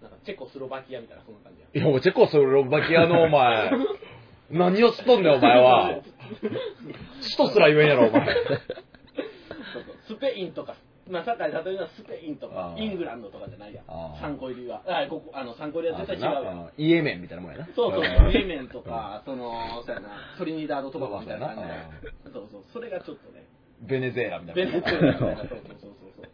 Speaker 3: なんかチェコスロバキアみたいなそんな感じやん
Speaker 1: いや、お前チェコスロバキアのお 前、何をしとんねん、お前は。首都すら言えんやろ、お前。
Speaker 3: そうそうスペインとか、まあ、さっき例えばスペインとか
Speaker 1: あー
Speaker 3: イングランドとかじゃないやん
Speaker 1: あー
Speaker 3: 3個入りはあここあの3個入りは絶対違うやん
Speaker 1: イエメンみたいなもんやな。
Speaker 3: そうそう、イ
Speaker 1: ん
Speaker 3: エメンとか、その、そうやな、トリニダード・トバゴみたいな感じ
Speaker 1: う
Speaker 3: で、そうそう、それがちょっとね、
Speaker 1: ベネズエラ みたいな。
Speaker 3: ベネズエラみたいな、そうそうそうそう、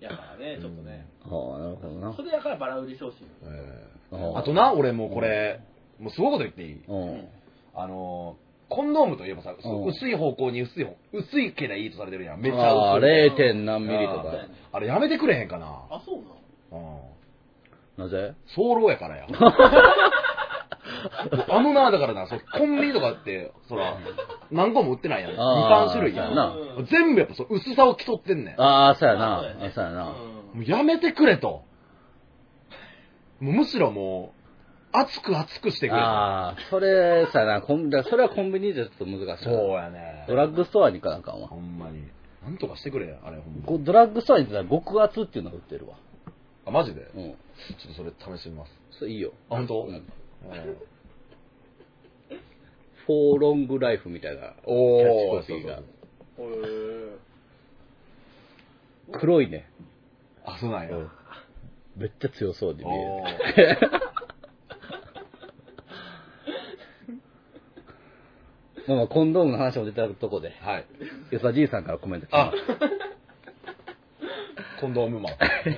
Speaker 3: やからね、ちょっとね、
Speaker 2: ああ、なるほどな
Speaker 3: そ。れやからバラ売り商品、
Speaker 1: え
Speaker 2: あ
Speaker 1: ー
Speaker 2: あ
Speaker 1: あとな、俺もうこれ、もうすごいこと言っていい
Speaker 2: うん。
Speaker 1: あのー、コンドームといえばさ、
Speaker 2: うん
Speaker 1: 薄い方向に薄い方、薄いけりゃいいとされてるやん。めっちゃ薄い。
Speaker 2: ああ、0. 点何ミリと
Speaker 1: あ
Speaker 2: か
Speaker 1: ー。あれやめてくれへんかな。
Speaker 3: あ、そうなの
Speaker 1: うん。
Speaker 2: なぜ
Speaker 1: 早漏やからや。あのな、だからな、そうコンビニとかって、そら、何個も売ってないやん。2、
Speaker 2: あー
Speaker 1: 3種類やん。
Speaker 2: な
Speaker 3: うん
Speaker 1: 全部やっぱそう薄さを競ってんねん。
Speaker 2: ああ、そうや
Speaker 3: あそうや
Speaker 2: な。
Speaker 3: ね
Speaker 2: あそうやな。
Speaker 3: う
Speaker 1: もう
Speaker 3: ん
Speaker 1: やめてくれと。もうむしろもう、熱く熱くしてくれと。
Speaker 2: ああ、それさな、コンだからそれはコンビニじゃちょっと難しい。
Speaker 1: そうやね。
Speaker 2: ドラッグストアに行かなあかんわ
Speaker 1: ほ。んまに。なんとかしてくれや、あれ、ほんま
Speaker 2: こドラッグストアに行ったら極厚っていうのが売ってるわ。
Speaker 1: あ、マジで
Speaker 2: うん。
Speaker 1: ちょっとそれ試してみます。
Speaker 2: それいいよ。
Speaker 1: あ、本当
Speaker 2: うんフォーロングライフみたいな。
Speaker 1: おー
Speaker 2: キャッチコピーが
Speaker 1: そうそう
Speaker 3: へー
Speaker 2: 黒いね。
Speaker 1: あ、そうなんや。
Speaker 2: うんめっちゃ強そうに見え
Speaker 1: お
Speaker 2: る。
Speaker 1: ー
Speaker 2: まあまあ、コンドームの話も出たとこで。
Speaker 1: はい。
Speaker 2: よさじ いさんからコメント来て
Speaker 1: あ
Speaker 2: ます。、
Speaker 1: コンドームマン。
Speaker 2: えー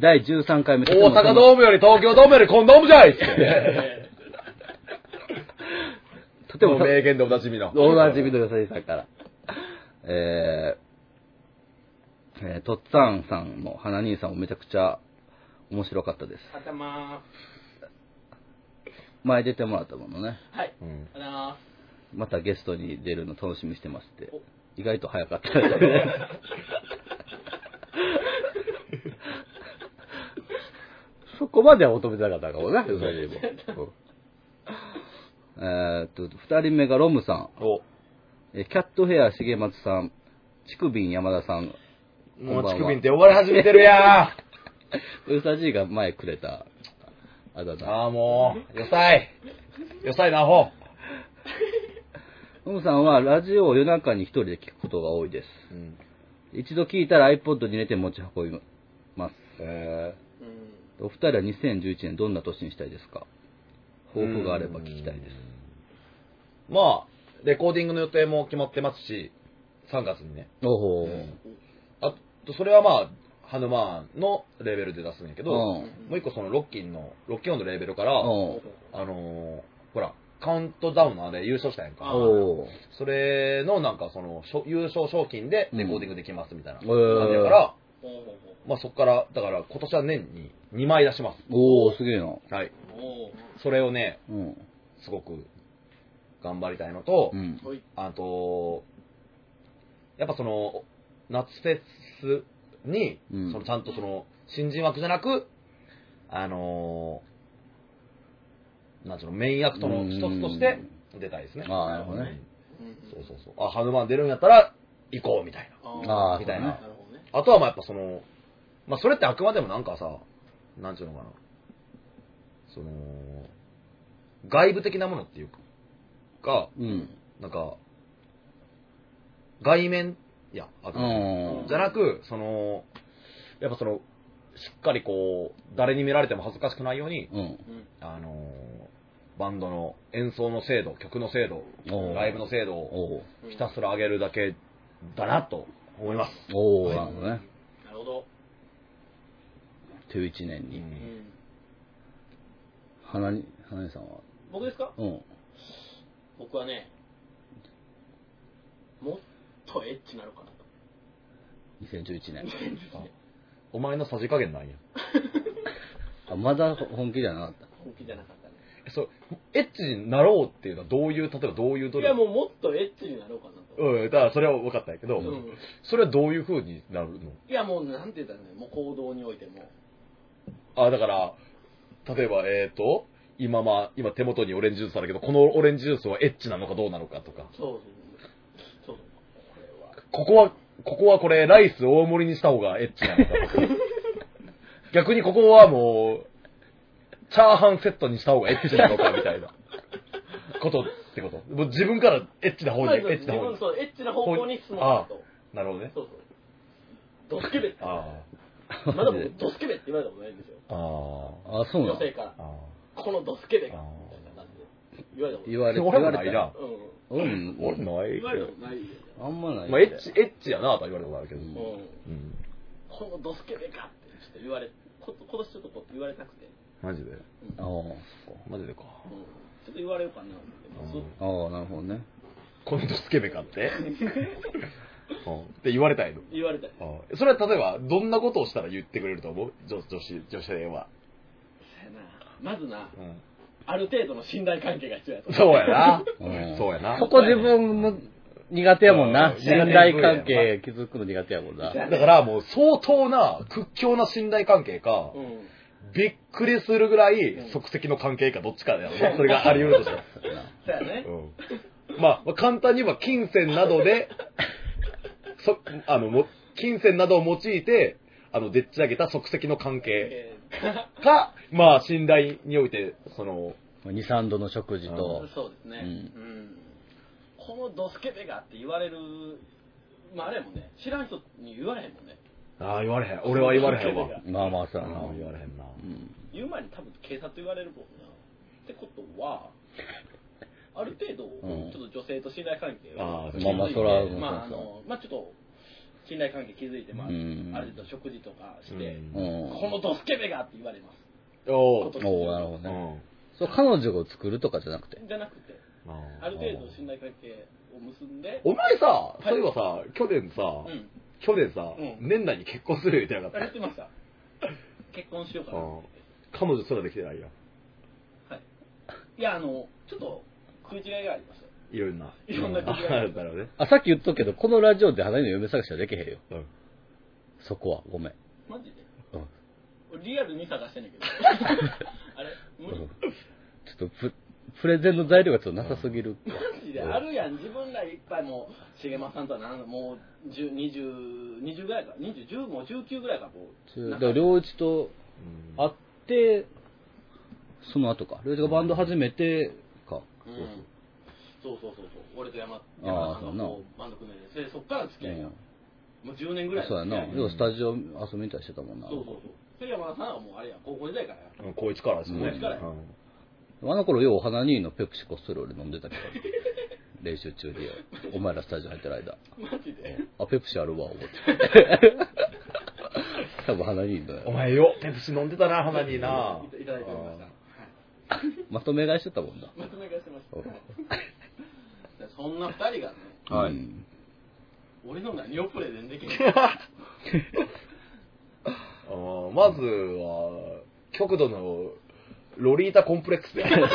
Speaker 2: 第13回目
Speaker 1: 大阪ドームより東京ドームよりコンドームじゃいって。
Speaker 3: え
Speaker 2: とて
Speaker 1: でも
Speaker 2: も
Speaker 1: 名言でおなじみの。
Speaker 2: おなじみのよさりさんから。えー、えー、とっつぁんさんも、花兄さんもめちゃくちゃ面白かったです。
Speaker 3: ー頭
Speaker 2: 前出てもらったものね。
Speaker 3: はい。
Speaker 1: うん
Speaker 3: あの
Speaker 2: またゲストに出るの楽しみにしてますって
Speaker 3: お。
Speaker 2: 意外と早かったです ね。そこまでは求めてなかったかもね、そ れでも。うんえーっと、二人目がロムさん。
Speaker 1: お
Speaker 2: えーキャットヘア重松さん、ちくびん山田さん、
Speaker 1: も
Speaker 2: こんばん
Speaker 1: う
Speaker 2: は
Speaker 1: 乳首って呼ばれ始めてるや
Speaker 2: ウサジーが前くれたあだ
Speaker 1: ー。
Speaker 2: 名。
Speaker 1: ああ、もう、よさい。よさいな、ほ
Speaker 2: ノムさんはラジオを夜中に一人で聞くことが多いです。
Speaker 1: う。うん。
Speaker 2: 一度聞いたら iPod に入れて持ち運びます。
Speaker 1: え
Speaker 3: ーうん。
Speaker 2: お二人は2011年どんな年にしたいですか抱負があれば聞きたいです。
Speaker 1: ー、まあ、レコーディングの予定も決まってますし、3月にね。
Speaker 2: おほ
Speaker 1: あと、それはまあ、ハヌマーンのレーベルで出すんやけど、
Speaker 2: うん
Speaker 1: もう一個そのロッキンの、ロッキンオンのレーベルから、
Speaker 2: お
Speaker 1: あのーほら、カウントダウンのあれ優勝したやんか。
Speaker 3: あ
Speaker 2: お
Speaker 1: それのなんかその、しょ優勝賞金でレコーディングできますみたいな。
Speaker 2: うん
Speaker 1: なんだから、
Speaker 3: おー
Speaker 1: まあそこから、だから今年は年に2枚出しま
Speaker 2: おおすげえな。
Speaker 1: す。はい。
Speaker 3: おー
Speaker 1: それをね、
Speaker 2: うん。
Speaker 1: すごく頑張りたいのと、
Speaker 2: うん。
Speaker 3: ほい
Speaker 1: あと、やっぱその、夏フェスに、
Speaker 2: うん
Speaker 1: そのちゃんとその、新人枠じゃなく、あのーなんていうの、メイン役との一つとして出たいですね。
Speaker 2: ああなるほどね
Speaker 1: うん
Speaker 3: うんうん
Speaker 1: そうそうそう。あ、ハヌマン出るんやったら、行こうみたいな。
Speaker 2: あー
Speaker 1: みたいな
Speaker 3: なるほどね。
Speaker 1: あとはまあやっぱその、まあそれってあくまでもなんかさ、なんていうのかな。その、外部的なものっていうか、
Speaker 2: うん。
Speaker 1: なんか、外面や、あくまで
Speaker 2: うん
Speaker 1: じゃなく、その、やっぱその、しっかりこう、誰に見られても恥ずかしくないように、
Speaker 2: うん。
Speaker 3: うん
Speaker 1: あのーバンドの演奏の精度、曲の精度、
Speaker 2: おー
Speaker 1: ライブの精度を
Speaker 2: お
Speaker 1: ひたすら上げるだけだなと思います。
Speaker 2: おおおなるほどね。
Speaker 3: なるほど。
Speaker 2: という1年に。
Speaker 3: うん
Speaker 2: 花に、花にさんは。
Speaker 3: 僕ですか
Speaker 2: うん。
Speaker 3: 僕はね、もっとエッチなのかなと。
Speaker 2: 2011年。
Speaker 1: お前のさじ加減なんや。
Speaker 2: あ、まだ本気じゃなかった。
Speaker 3: 本気じゃなかったね。
Speaker 1: えそう、エッチになろうっていうのはどういう、例えばどういう努
Speaker 3: いや、
Speaker 1: 力
Speaker 3: もうもっとエッチになろうかなと。
Speaker 1: うん、だからそれは分かったんやけど、
Speaker 3: うん
Speaker 1: それはどういう風になるの
Speaker 3: いや、もうなんて言ったらね、もう行動においても。
Speaker 1: あ、だから、例えば、えっ、と、今まあ、今手元にオレンジジュースあるけど、このオレンジジュースはエッチなのかどうなのかとか、
Speaker 3: そうそう。そうこれは。
Speaker 1: ここは、ここはこれ、ライス大盛りにした方がエッチなのかとか、逆にここはもう、チャーハンセットにした方がエッチなのかみたいな、ことってこと。もう自分からエッチな方に、
Speaker 3: ま
Speaker 1: エ
Speaker 3: ず
Speaker 1: ッチ
Speaker 3: 自
Speaker 1: な方
Speaker 3: 分
Speaker 1: に。
Speaker 3: そうエッチな方向に進もうかなと。
Speaker 1: なるほどね。
Speaker 3: そうそう。ドスケベって。
Speaker 1: あ
Speaker 3: まだ僕、ドスケベって言われたことないんですよ。
Speaker 1: あ。ああ。
Speaker 2: あ、そうな
Speaker 3: 女
Speaker 2: の
Speaker 3: 性から。
Speaker 1: あ
Speaker 3: このドスケベが
Speaker 1: あー。
Speaker 3: みたいな感じで言われたこと
Speaker 2: 言われ
Speaker 1: あ。
Speaker 2: て、
Speaker 1: 俺
Speaker 2: 言
Speaker 1: も
Speaker 2: わ
Speaker 1: ない
Speaker 2: れた
Speaker 1: な
Speaker 2: よ。。
Speaker 3: うん。
Speaker 2: 俺も、
Speaker 1: 俺ない
Speaker 3: 言われたことないよ。
Speaker 2: あんまない。
Speaker 1: まあ、エッチ、エッチやなとは言われたことあるけど。
Speaker 2: う
Speaker 3: うんん。
Speaker 1: うん。
Speaker 3: このドスケベかってちょっと言われ、こと今年ちょっとこう言われたくて。
Speaker 1: マジで
Speaker 3: うん。
Speaker 2: ああ、
Speaker 3: うん
Speaker 2: そっか
Speaker 1: マジでか。
Speaker 3: ちょっと言われようかな思って。
Speaker 1: うん
Speaker 2: ああ、なるほどね。
Speaker 1: このドスケベかって。うんって言われたいの。
Speaker 3: 言われたよ。
Speaker 1: うんそれは例えば、どんなことをしたら言ってくれると思う女女子、女性は。
Speaker 3: そやなまずな、ある程度の信頼関係が必要やと思
Speaker 1: そうやな
Speaker 2: うん。
Speaker 1: そうやな
Speaker 2: そ。こ自分も苦手やもんな。
Speaker 1: うん
Speaker 2: 信頼関係築くの苦手やもんな。
Speaker 3: そうや
Speaker 1: だからもう相当な屈強な信頼関係か、
Speaker 3: う。うん。
Speaker 1: びっくりするぐら
Speaker 3: う
Speaker 1: い
Speaker 3: ん
Speaker 1: 即席の関係かどっちかだよね。それがあり得るとした ら。
Speaker 3: そやね。
Speaker 1: うんまあ、まあ簡単に言えば金銭などで、そあのも金銭などを用いて、あの、でっち上げた即席の関係
Speaker 3: えー
Speaker 1: か、まあ、信頼において、その、
Speaker 2: 2、3度の食事と。
Speaker 3: そうですね。
Speaker 2: う
Speaker 3: うんん。このドスケベがって言われる、まああれやもんね、知らん人に言われへんもんね。
Speaker 1: ああ、言われへん。俺は言われへんわ。
Speaker 2: まあまあ、そうやな。
Speaker 1: ああ、
Speaker 2: う
Speaker 1: 言われへんな。
Speaker 2: ん
Speaker 3: 言う前に多分警察言われるもんな。ってことは、ある程度、
Speaker 2: うん
Speaker 3: ちょっと女性と信頼関係を
Speaker 1: あー
Speaker 3: 築い
Speaker 1: ま
Speaker 3: て
Speaker 1: あまあ
Speaker 2: そら
Speaker 3: まあ
Speaker 2: そ
Speaker 3: あ
Speaker 2: うそう
Speaker 3: の、まあちょっと、信頼関係築いて、まあ、
Speaker 2: うん
Speaker 3: ある程度食事とかして、
Speaker 1: うん
Speaker 2: うん
Speaker 3: このドスケベがって言われます。
Speaker 1: お
Speaker 3: 今
Speaker 1: ー
Speaker 3: 年
Speaker 2: おーなるほど
Speaker 1: う
Speaker 2: ね。
Speaker 1: ん
Speaker 2: そう、彼女を作るとかじゃなくて。
Speaker 3: じゃなくて、ある程度信頼関係を結んで、
Speaker 1: お前さ、そういえばさ、去年さ、
Speaker 3: うん、
Speaker 1: 去年さ、
Speaker 3: うん
Speaker 1: 年内に結婚するよ言ってなか
Speaker 3: や
Speaker 1: っ
Speaker 3: ってました。結婚しようかなって。
Speaker 1: た。彼女すらできてないやん。
Speaker 3: はい。いや、あの、ちょっと食い違いがありました。
Speaker 1: いろんな。
Speaker 3: いろんな
Speaker 1: あ
Speaker 3: ことがある
Speaker 1: なるほどね。
Speaker 2: あ、さっき言っとくけど、このラジオで花井の嫁探しはできへんよ。
Speaker 1: うん
Speaker 2: そこは、ごめん。
Speaker 3: マジで
Speaker 2: うん。
Speaker 3: 俺リアルに探してん ねんけど。あれ無理
Speaker 2: うんちょっとプ、プレゼンの材料がちょっとなさすぎる。
Speaker 3: マジであるやん、自分らいっぱいもう、重松さんとはなんもう10 20、20ぐらいか、20、10もう19ぐらいか、もう。
Speaker 2: だから、両一と会って、その後か。両一がバンド始めて、か。
Speaker 3: うんそうそうそうそう、俺と山
Speaker 2: ー
Speaker 3: 山田さ
Speaker 2: そうんな
Speaker 3: がこうバンド組んでて、でそっから付き合いやん、もう10年ぐらい
Speaker 2: そうやな。
Speaker 3: 付き合い
Speaker 2: 要はスタジオ遊びに行ったりしてたもんな。
Speaker 3: そうそうそう。で、山田さんはもうあれやん、高校時代からやん。
Speaker 1: うん。こいつからですね。
Speaker 3: こいつからや
Speaker 1: うん
Speaker 2: あの頃、よう、お花にのペプシコそれ俺飲んでたけど。練習中でよ。お前らスタジオ入ってる間。
Speaker 3: マジで。
Speaker 2: あ、ペプシあるわ、 思って。多分花にだ
Speaker 1: お
Speaker 2: よ。
Speaker 1: 前よ、ペプシ飲んでたな、花にな。
Speaker 3: いたいただいておりました。は
Speaker 1: あ
Speaker 3: い
Speaker 2: まとめ買いしてたもんな。
Speaker 3: まとめ買いしてました。
Speaker 2: うん
Speaker 3: はいでそんな二人がね、
Speaker 1: はい
Speaker 2: うん
Speaker 3: 俺の何をプレゼン できる
Speaker 1: ーまずは、極度のロリータコンプレックスであると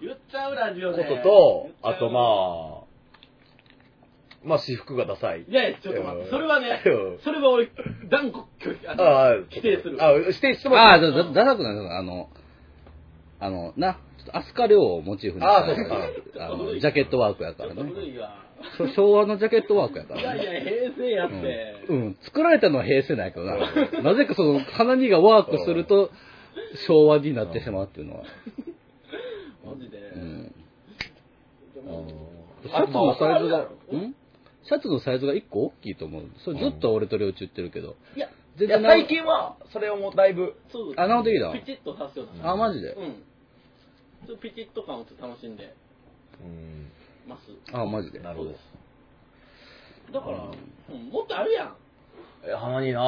Speaker 3: 言っちゃう ラジオ
Speaker 1: い
Speaker 3: で。
Speaker 1: うことと、
Speaker 3: 言っちゃう
Speaker 1: あとまあ、まあ、私服がダサい。
Speaker 3: いやいや、ちょっと待っ
Speaker 1: うん
Speaker 3: て、それはね
Speaker 1: うん、
Speaker 3: それは俺、断固拒否、あの
Speaker 1: ああ、
Speaker 3: 否定する。
Speaker 1: あ、否定しても
Speaker 2: あ
Speaker 1: ら
Speaker 2: あ、
Speaker 1: う
Speaker 2: だ、だ、ださくないあの、あの、な、ちょっとアスカレオをモチーフにした
Speaker 1: あそうか
Speaker 2: あの、ジャケットワークや
Speaker 3: ち
Speaker 2: か
Speaker 3: ょ
Speaker 2: ら
Speaker 3: っと古
Speaker 2: ね。
Speaker 3: いわ。
Speaker 2: そう昭和のジャケットワークやか
Speaker 3: い
Speaker 2: ら
Speaker 3: や
Speaker 2: ね。
Speaker 3: いや、平成やって。
Speaker 2: うん、作られたのは平成なんやけどな。なぜかその、花にがワークすると、昭和になってしまうっていうのは。
Speaker 3: マジで。
Speaker 2: うん。
Speaker 3: で
Speaker 1: うん
Speaker 3: も
Speaker 2: シャツのサイズが、ん
Speaker 3: ん
Speaker 2: シャツのサイズが1個大きいと思う。それずっと俺と両中言ってるけど。
Speaker 3: いや、
Speaker 1: いや、最近は、それをもうだいぶ、
Speaker 3: そう
Speaker 2: あ、なおできた
Speaker 3: ピチッと刺すような。
Speaker 2: あ、マジで
Speaker 3: うん。ちょっとピチッと感をちょっと楽しんでます。
Speaker 2: あ、マジで。
Speaker 1: なるほど。
Speaker 3: だから、うんもっとあるやん。
Speaker 1: え、花にな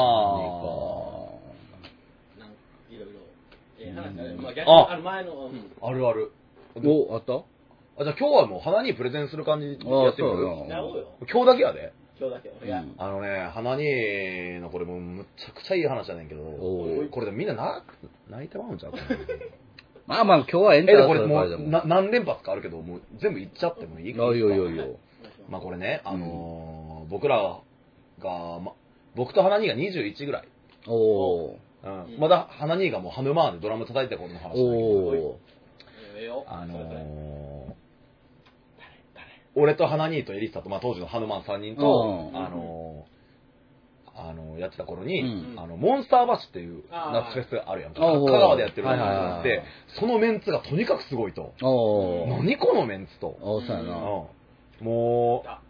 Speaker 3: なんかいろいろ。ええ
Speaker 2: うん
Speaker 3: 話ある。まあ逆に、
Speaker 1: あ
Speaker 3: あの前の、うん。
Speaker 1: あるある。
Speaker 2: お、あった
Speaker 1: あ、じゃあ今日はもう花にプレゼンする感じでやってみ
Speaker 2: あそう
Speaker 1: る
Speaker 2: や
Speaker 3: やろうよ。
Speaker 1: 今日だけやで。
Speaker 3: 今日だけ俺が。
Speaker 2: うん
Speaker 1: あのね、花にのこれもうむちゃくちゃいい話やねんけど、
Speaker 2: おう
Speaker 1: これでみんなな泣いてまうんちゃ うかな。
Speaker 2: まあまあ、今日はエ
Speaker 1: え、
Speaker 2: ンター
Speaker 1: でこれも
Speaker 2: テイ
Speaker 1: うな何連発かあるけど、もう全部言っちゃってもいいか
Speaker 2: いよいよいよ。
Speaker 1: まあこれね、あのー僕らが、ま、僕と花にが21ぐらい。
Speaker 2: おお
Speaker 1: うん
Speaker 3: うん
Speaker 1: まだ花にがもうハヌマーンでドラム叩いてた頃の話だ
Speaker 2: ー。
Speaker 1: けど、
Speaker 2: お
Speaker 3: ええよ。
Speaker 1: あ
Speaker 3: それそ
Speaker 1: の
Speaker 3: れ
Speaker 1: ー
Speaker 3: 誰誰
Speaker 1: 俺と花兄とエリスタと、まあ、当時のハヌマン3人と、
Speaker 2: うん
Speaker 1: あのーあのーやってた頃に、
Speaker 2: うん
Speaker 1: あのモンスターバッシュっていう
Speaker 3: あー
Speaker 1: 夏フェスあるやんか
Speaker 2: あー
Speaker 1: 香川でやってる
Speaker 2: はい
Speaker 1: が
Speaker 2: はいはい
Speaker 1: あってそのメンツがとにかくすごいと
Speaker 2: ー。おー。
Speaker 1: 何このメンツと、
Speaker 2: おー、そうや
Speaker 1: う
Speaker 2: な。
Speaker 1: んもう
Speaker 3: あ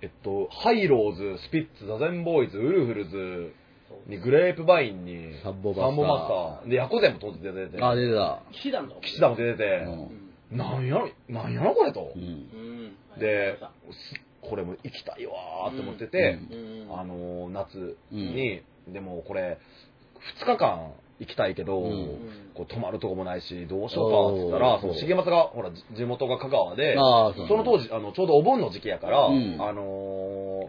Speaker 1: えっとハイローズスピッツザゼンボーイズウルフルズ
Speaker 3: そう
Speaker 1: にグレープバインに
Speaker 2: サンボマスター
Speaker 1: サンマスターでヤコゼンも当時出てて
Speaker 2: あ、出てた。
Speaker 3: 騎士団だもん
Speaker 1: 岸田も出て
Speaker 2: う
Speaker 1: て、
Speaker 2: ん。
Speaker 1: なんやろなんやろこれと、
Speaker 2: うん。
Speaker 3: うん。
Speaker 1: で、すこれも行きたいわーって思ってて、
Speaker 3: うん。
Speaker 1: あのー夏
Speaker 2: う
Speaker 1: に、でもこれ、2日間行きたいけど、
Speaker 2: うん
Speaker 1: こう泊まるとこもないし、どうしようかって言った
Speaker 2: お
Speaker 1: ら、
Speaker 2: ー
Speaker 1: その重松が、ほら、じ地元が香川で、
Speaker 2: ああ、そう
Speaker 1: その当時あの、ちょうどお盆の時期やから、
Speaker 2: うん
Speaker 1: あのー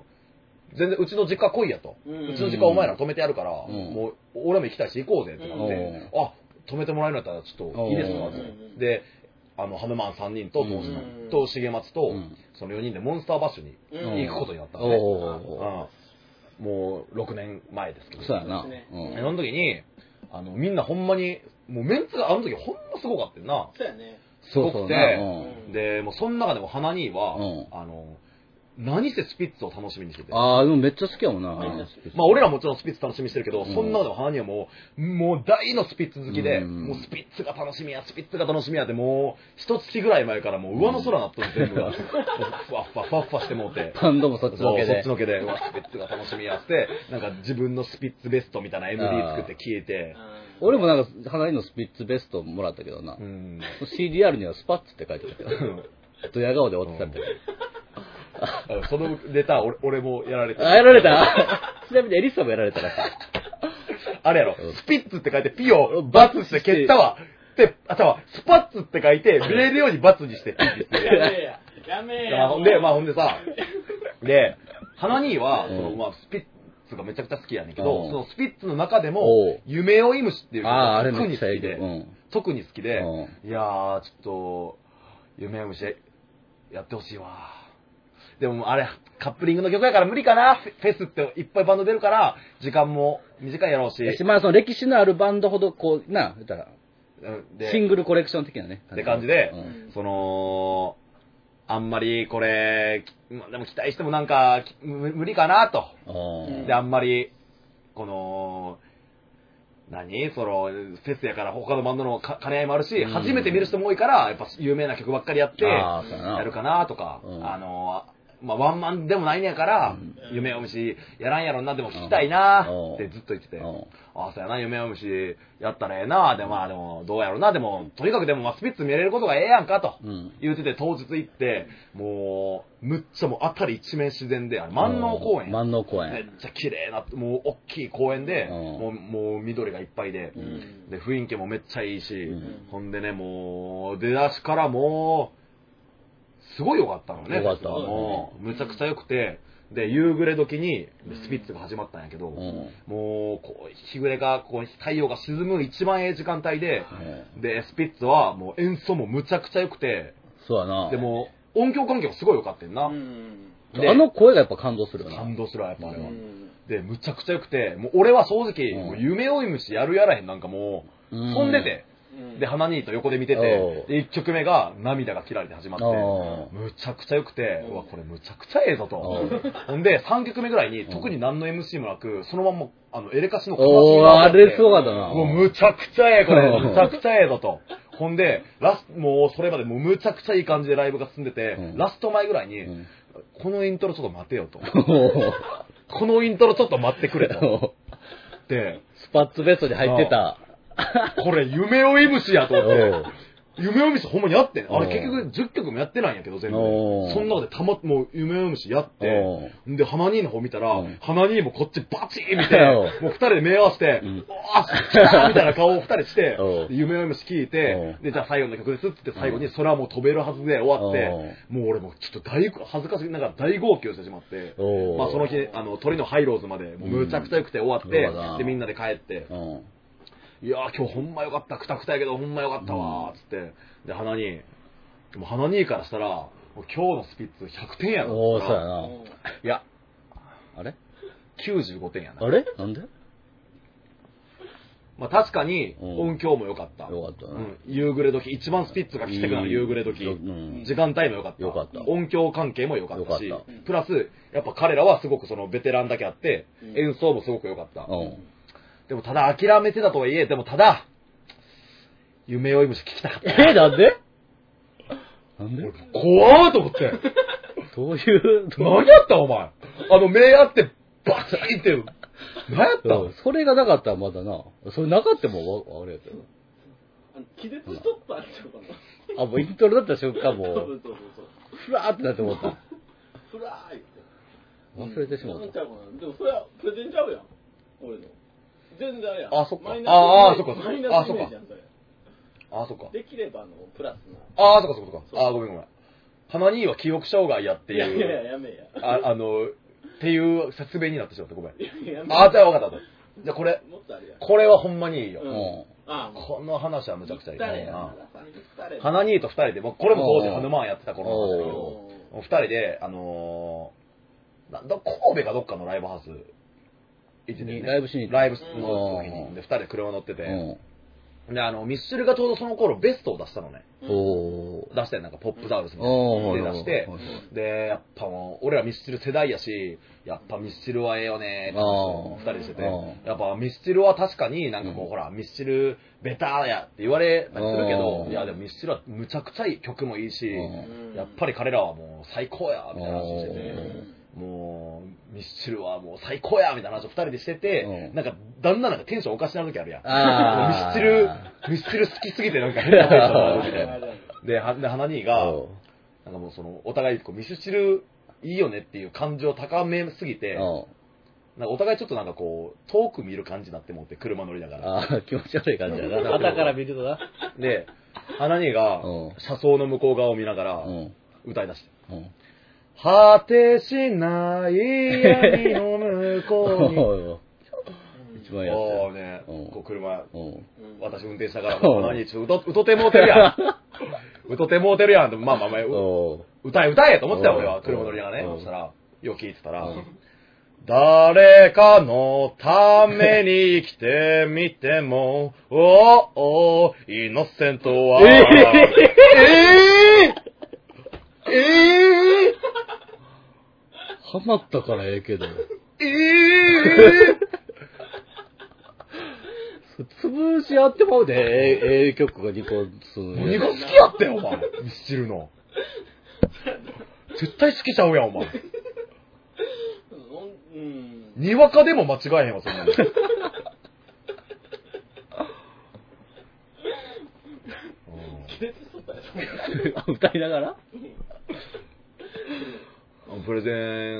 Speaker 1: 全然うちの実家来いやと、
Speaker 3: う
Speaker 1: うんちの実家お前ら泊めてやるから、
Speaker 2: ん
Speaker 1: もう俺も行きたいし行こうぜってなって、
Speaker 2: う
Speaker 1: あ泊めてもらえるんだったらちょっといいですか
Speaker 2: お
Speaker 1: っ
Speaker 2: ー
Speaker 1: て。であのハヌマン3人と当時の、
Speaker 3: うん
Speaker 1: と重松と、
Speaker 2: うん
Speaker 1: その4人でモンスターバッシュに
Speaker 3: うん
Speaker 1: 行くことになったのね、
Speaker 2: おー。
Speaker 1: うんもう6年前ですけど
Speaker 2: そうやな。
Speaker 3: そううですね
Speaker 1: そ
Speaker 2: ん。
Speaker 1: の時にあのみんなほんまにもうメンツがあの時ほんますごかったよな
Speaker 3: そうやね。
Speaker 1: す
Speaker 2: そ
Speaker 1: ご
Speaker 2: うそう
Speaker 1: く
Speaker 2: な。
Speaker 1: て
Speaker 2: うん
Speaker 3: うん
Speaker 1: でもうその中でも花兄は、
Speaker 2: うん
Speaker 1: あの何せスピッツを楽しみにしてて
Speaker 2: ああ、でもめっちゃ好きやもんな。
Speaker 3: めっちゃ好
Speaker 1: まあ俺らもちろんスピッツ楽しみにしてるけど、
Speaker 2: うん
Speaker 1: そんなのでも花にはもう、もう大のスピッツ好きで、
Speaker 2: うん
Speaker 1: もうスピッツが楽しみや、スピッツが楽しみやって、もう一月ぐらい前からもう上の空なったの全部 が、ふわっふわふわっふわしてもうて。
Speaker 2: バンドもそ
Speaker 1: そう
Speaker 2: っちのけ
Speaker 1: そっ
Speaker 2: で
Speaker 1: ち。のけで、うわ、スピッツが楽しみやって、なんか自分のスピッツベストみたいな MD 作って消えて、
Speaker 3: うん
Speaker 2: 俺もなんか、花井のスピッツベストもらったけどな
Speaker 1: う。ん。
Speaker 2: CDR にはスパッツって書いてたけど。ドヤ顔で落ちたみたい
Speaker 1: あそのネタ、俺俺もやられて
Speaker 2: あ、やられた ちなみにエリッサもやられたらしい。
Speaker 1: あれやろ
Speaker 2: うん、
Speaker 1: スピッツって書いて、ピを
Speaker 2: うん
Speaker 1: バツして蹴ったわ。で、あたわ、スパッツって書いて、見れるようにバツにして、 ピッてして
Speaker 3: やめえや。やめえ
Speaker 1: まあ
Speaker 3: や。
Speaker 1: ほん で、まあほんでさ、で、花兄は、
Speaker 2: う
Speaker 1: そ
Speaker 2: ん
Speaker 1: のまあスピッツがめちゃくちゃ好きやねんけ
Speaker 2: う
Speaker 1: ど、
Speaker 2: ん
Speaker 1: そのスピッツの中で
Speaker 2: お
Speaker 1: も
Speaker 2: う、
Speaker 1: 夢追い虫っていう曲
Speaker 2: ああ、
Speaker 1: が
Speaker 2: あれめ
Speaker 1: 特
Speaker 2: っ
Speaker 1: に
Speaker 2: ちゃ
Speaker 1: 好
Speaker 2: ええ
Speaker 1: き
Speaker 2: け
Speaker 1: で
Speaker 2: ど。う、ん。
Speaker 1: 特に好きで、
Speaker 2: う
Speaker 1: いやー、ちょっと、夢追い虫やってほしいわ。でもあれ、カップリングの曲やから無理かな、フェフェスっていっぱいバンド出るから、時間も短いやろうし、
Speaker 2: ん。まあ、その歴史のあるバンドほど、こう、な、言ったら、
Speaker 1: うん
Speaker 2: シン
Speaker 1: で、
Speaker 2: グルコレクション的なね。
Speaker 1: って感じで
Speaker 2: うん
Speaker 1: その、あんまりこれ、きまあでも期待してもなんか、き無無理かなと。
Speaker 2: おー
Speaker 1: で、あんまり、この、何その、フェスやから他のバンドのか兼ね合いもあるし、
Speaker 2: うん
Speaker 1: 初めて見る人も多いから、やっぱ有名な曲ばっかりやって、や
Speaker 2: ああ、そうやな。
Speaker 1: るかなとか、
Speaker 2: うん
Speaker 1: あの、まあ、ワンマンでもないねやから、
Speaker 2: うん
Speaker 1: 夢を虫やらんやろな、でも聞きたいな
Speaker 2: うん
Speaker 1: ってずっと言ってて、
Speaker 2: うん
Speaker 1: ああ、そうやな、夢を虫やったらええな、で、まあでも、どうやろな、でも、とにかくでも、まあスピッツ見れることがええやんかと。
Speaker 2: うん。
Speaker 1: 言うてて当日行って、もう、むっちゃもう辺り一面自然で、あれ万能公園や。
Speaker 2: 万能公
Speaker 1: めっ
Speaker 2: 園。
Speaker 1: ちゃ綺麗な、もう大きい公園で、
Speaker 2: うん
Speaker 1: もうもう緑がいっぱいで
Speaker 3: う、ん。
Speaker 1: で、雰囲気もめっちゃいいし、
Speaker 2: うん
Speaker 1: ほんでね、もう、出だしからもう、すごい良かったのね。
Speaker 2: 良かった
Speaker 1: もう、むちゃくちゃ良くて、で、夕暮れ時に
Speaker 3: うん
Speaker 1: スピッツが始まったんやけど、
Speaker 2: うん。
Speaker 1: も
Speaker 2: うん
Speaker 1: う、こう、日暮れが、こう、太陽が沈む一番ええ時間帯で、で、スピッツはもう演奏もむちゃくちゃ良くて、
Speaker 2: そうやな。
Speaker 1: で、も、音響環境すごい良かったんな。
Speaker 3: うん。
Speaker 1: で
Speaker 2: あの声がやっぱ感動するよな。
Speaker 1: 感動するわ、やっぱあれは。
Speaker 3: うん
Speaker 1: で、むちゃくちゃ良くて、もう俺は正直、
Speaker 2: うん
Speaker 1: もう夢追い虫やるやらへんなんかもう、飛んでて、
Speaker 3: うん
Speaker 1: で、花兄と横で見て
Speaker 2: お
Speaker 1: て
Speaker 2: う、
Speaker 1: で、1曲目が涙が切られて始まって、
Speaker 2: お
Speaker 1: むちゃくちゃ良くて、
Speaker 3: うん
Speaker 1: うわ、これむちゃくちゃええぞ
Speaker 2: お
Speaker 1: と
Speaker 2: う。
Speaker 1: ほんで、3曲目ぐらいに、
Speaker 2: うん
Speaker 1: 特に何の MC もなく、そのまんま、あの、エレカシの
Speaker 2: おー、あれすご
Speaker 1: う
Speaker 2: かったな。
Speaker 1: もうむちゃくちゃええ、これ。
Speaker 2: うん
Speaker 1: むちゃくちゃええぞと。ほんで、ラスもうそれまでもうむちゃくちゃいい感じでライブが進んでて
Speaker 2: う、ん
Speaker 1: ラスト前ぐらいに、
Speaker 2: うん
Speaker 1: このイントロちょっと待てよと。
Speaker 2: お
Speaker 1: このイントロちょっと待ってくれと。
Speaker 2: ー
Speaker 1: で、
Speaker 2: スパッツベストに入ってた。
Speaker 1: これ夢追い虫やと思って。夢追い虫ほんまにあってんあれ
Speaker 2: おう
Speaker 1: 結局10曲もやってないんやけど、全部
Speaker 2: お
Speaker 1: で。
Speaker 2: う
Speaker 1: そんなことでたま、もう夢追い虫やって。
Speaker 2: おー
Speaker 1: んで、花兄の方見たら
Speaker 2: うん、
Speaker 1: 花兄もこっちバチー見
Speaker 2: お
Speaker 1: て、もう二人で目合わせて、
Speaker 2: うん
Speaker 1: おーし来たみたいな顔を二人して
Speaker 2: おう、
Speaker 1: 夢追い虫聞いて
Speaker 2: お、う
Speaker 1: で、じゃあ最後の曲ですって言って最後に空も飛べるはずで終わって
Speaker 2: おう、
Speaker 1: もう俺もちょっと大、恥ずかしながら大号泣してしまって。
Speaker 2: おー
Speaker 1: まあ、その日、あの鳥のハイローズまで、もうむちゃくちゃ良くて終わって、
Speaker 2: うんそうだな
Speaker 1: でみんなで帰って、
Speaker 2: うん
Speaker 1: いやー、今日ほんま良かった、くたくたやけど、ほんま良かったわーつって、で、花に、でも花にからしたら、もう今日のスピッツ100点やろ。
Speaker 2: おー、そうや
Speaker 3: う
Speaker 2: な。
Speaker 3: ん
Speaker 1: いや、
Speaker 2: あれ
Speaker 1: 95点やな
Speaker 2: あ。れなんでよ
Speaker 1: まあ、確かに
Speaker 2: うん
Speaker 1: 音響も良かった。
Speaker 2: かった
Speaker 1: う
Speaker 2: な。
Speaker 1: ん夕暮れ時、一番スピッツが来てくなる夕暮れ時。
Speaker 2: うん
Speaker 1: 時間帯も良かった。
Speaker 2: 良かった
Speaker 1: 音響関係も良かったし
Speaker 2: 良かった
Speaker 1: プラス、やっぱ彼らはすごくそのベテランだけあって、
Speaker 3: うん
Speaker 1: 演奏もすごく良かった。
Speaker 2: うん
Speaker 1: でもただ諦めてたとはいえ、でもただ、夢追い虫聞きたかった。
Speaker 2: え、なんでなん
Speaker 1: 俺
Speaker 2: で
Speaker 1: 怖ーと思って。
Speaker 2: どういう、どう
Speaker 1: 何やったお前。あの、目合って、バチンって。何やった
Speaker 2: うんそれがなかったらまだな。それなかったらもうわあれやけど。
Speaker 3: あの気絶しとったんちゃうかな。
Speaker 2: あ、もうイントロだった瞬間
Speaker 3: そ
Speaker 2: もう
Speaker 3: う、そうそう。
Speaker 2: ふらーってなって思った。
Speaker 3: ふらーいって。
Speaker 2: 忘れてしま
Speaker 3: なん
Speaker 2: っ
Speaker 3: ち
Speaker 2: た。
Speaker 3: ゃうかなでもそれはプレゼンちゃうやん。俺の。全然あれやん。
Speaker 1: あそっか
Speaker 3: マイナス
Speaker 1: ああそっか
Speaker 3: マイナスイメージやん、それ。
Speaker 1: あー、そっか。
Speaker 3: できればあの、プラスな。
Speaker 1: あー、そっかそっかそっか。あー、ごめんごめん。花には記憶障害やって
Speaker 3: いやいや
Speaker 1: い、
Speaker 3: いうや、やめえや。
Speaker 1: ああの、っていう説明になってしまった。ごめん。
Speaker 3: いやいややめえ
Speaker 1: あー、じゃあ分かった分かった。じゃあこれ、
Speaker 3: もっとあれやん。
Speaker 1: これはほんまにいいよ。
Speaker 3: うん
Speaker 2: も
Speaker 3: ああ、も
Speaker 1: この話はむ
Speaker 3: う。
Speaker 1: ちゃくちゃいい
Speaker 3: 行ったれや
Speaker 1: な。
Speaker 3: 誰
Speaker 1: 花にと二人で、もうこれも当時
Speaker 2: うん
Speaker 1: ハヌマンやってた頃なんですけど、お二人で、あのーなんだ神戸かどっかのライブハウス行ってて、ね、
Speaker 2: にライブしに行った
Speaker 1: ライブの時
Speaker 2: う
Speaker 1: に、
Speaker 2: ん
Speaker 1: で、二人で車乗って
Speaker 2: う。
Speaker 1: て、
Speaker 2: う
Speaker 1: で、あの、ミッシュルがちょうどその頃ベストを出したのね。
Speaker 2: ん。おー。
Speaker 1: 出したよ、なんかポップザウルスみたいな。
Speaker 2: おー。
Speaker 1: で出して、で、やっぱもう、俺らミッシュル世代やし、やっぱミッシュルはええよねって話を二人でしてて
Speaker 2: うんうん、
Speaker 1: やっぱミッシュルは確かになんかこう、
Speaker 2: うん
Speaker 1: ほら、ミッシュルベターやって言われたりするけど
Speaker 2: う、ん
Speaker 1: いや、でもミッシュルはむちゃくちゃいい曲もいいし、
Speaker 2: うん
Speaker 1: やっぱ
Speaker 3: り。
Speaker 1: り彼らはもう最高やみたいな話して
Speaker 3: う
Speaker 1: て、
Speaker 3: ん
Speaker 1: もうミッシュルはもう最高やみたいな話を2人でしてて、
Speaker 2: うん
Speaker 1: なんかだんだんなんかテンションおかしなる時あるやん。ミッ
Speaker 2: あ
Speaker 1: シ
Speaker 2: ー
Speaker 1: ュル、ミッシュル好きすぎてなんか変なテン ションになるみたいな。で、はで花兄が、
Speaker 2: お
Speaker 1: なんかもうそのお互いこうミッシュルいいよねっていう感情を高めすぎて、
Speaker 2: うん
Speaker 1: なんかお互いちょっとなんかこう、遠く見る感じになってもって、車乗りながら。
Speaker 2: ああ、気持ち悪い感じだな。
Speaker 4: 肩から見るとな。
Speaker 1: で、花にが
Speaker 2: うん、
Speaker 1: 車窓の向こう側を見なが
Speaker 2: う
Speaker 1: ら、
Speaker 2: ん。
Speaker 1: 歌い出して。
Speaker 2: うん。
Speaker 1: 果てしない闇の向 こうに。
Speaker 2: 一番やつ
Speaker 1: おーね、
Speaker 2: うん
Speaker 1: こう車、
Speaker 2: や。うん。
Speaker 3: うん
Speaker 1: 私運転しながら、
Speaker 2: うん
Speaker 1: 花にちょっとうとうとてもうてる やん。うとてもうてるやんって。まあまあまあ、う
Speaker 2: おう
Speaker 1: 歌え歌えと思ってたよ、
Speaker 2: うん
Speaker 1: 俺は。車乗りながらね
Speaker 2: う。ん
Speaker 1: そしたら、よく聞いてたら
Speaker 2: うん、
Speaker 1: 誰かのために生きてみても、おーおー、イノセントは、えぇえぇ
Speaker 2: ハマったからええけど。
Speaker 1: えぇ
Speaker 2: 潰し合ってまうで、ええええ曲が2個すん
Speaker 1: 何が好きやってん、お前。ミスチルの。絶対好きちゃうやん、お前。
Speaker 3: うんうん
Speaker 1: にわかでも間違えへんわ、そんなの。う
Speaker 3: 気絶しとったでしょ
Speaker 2: 歌いながら
Speaker 1: んプレゼ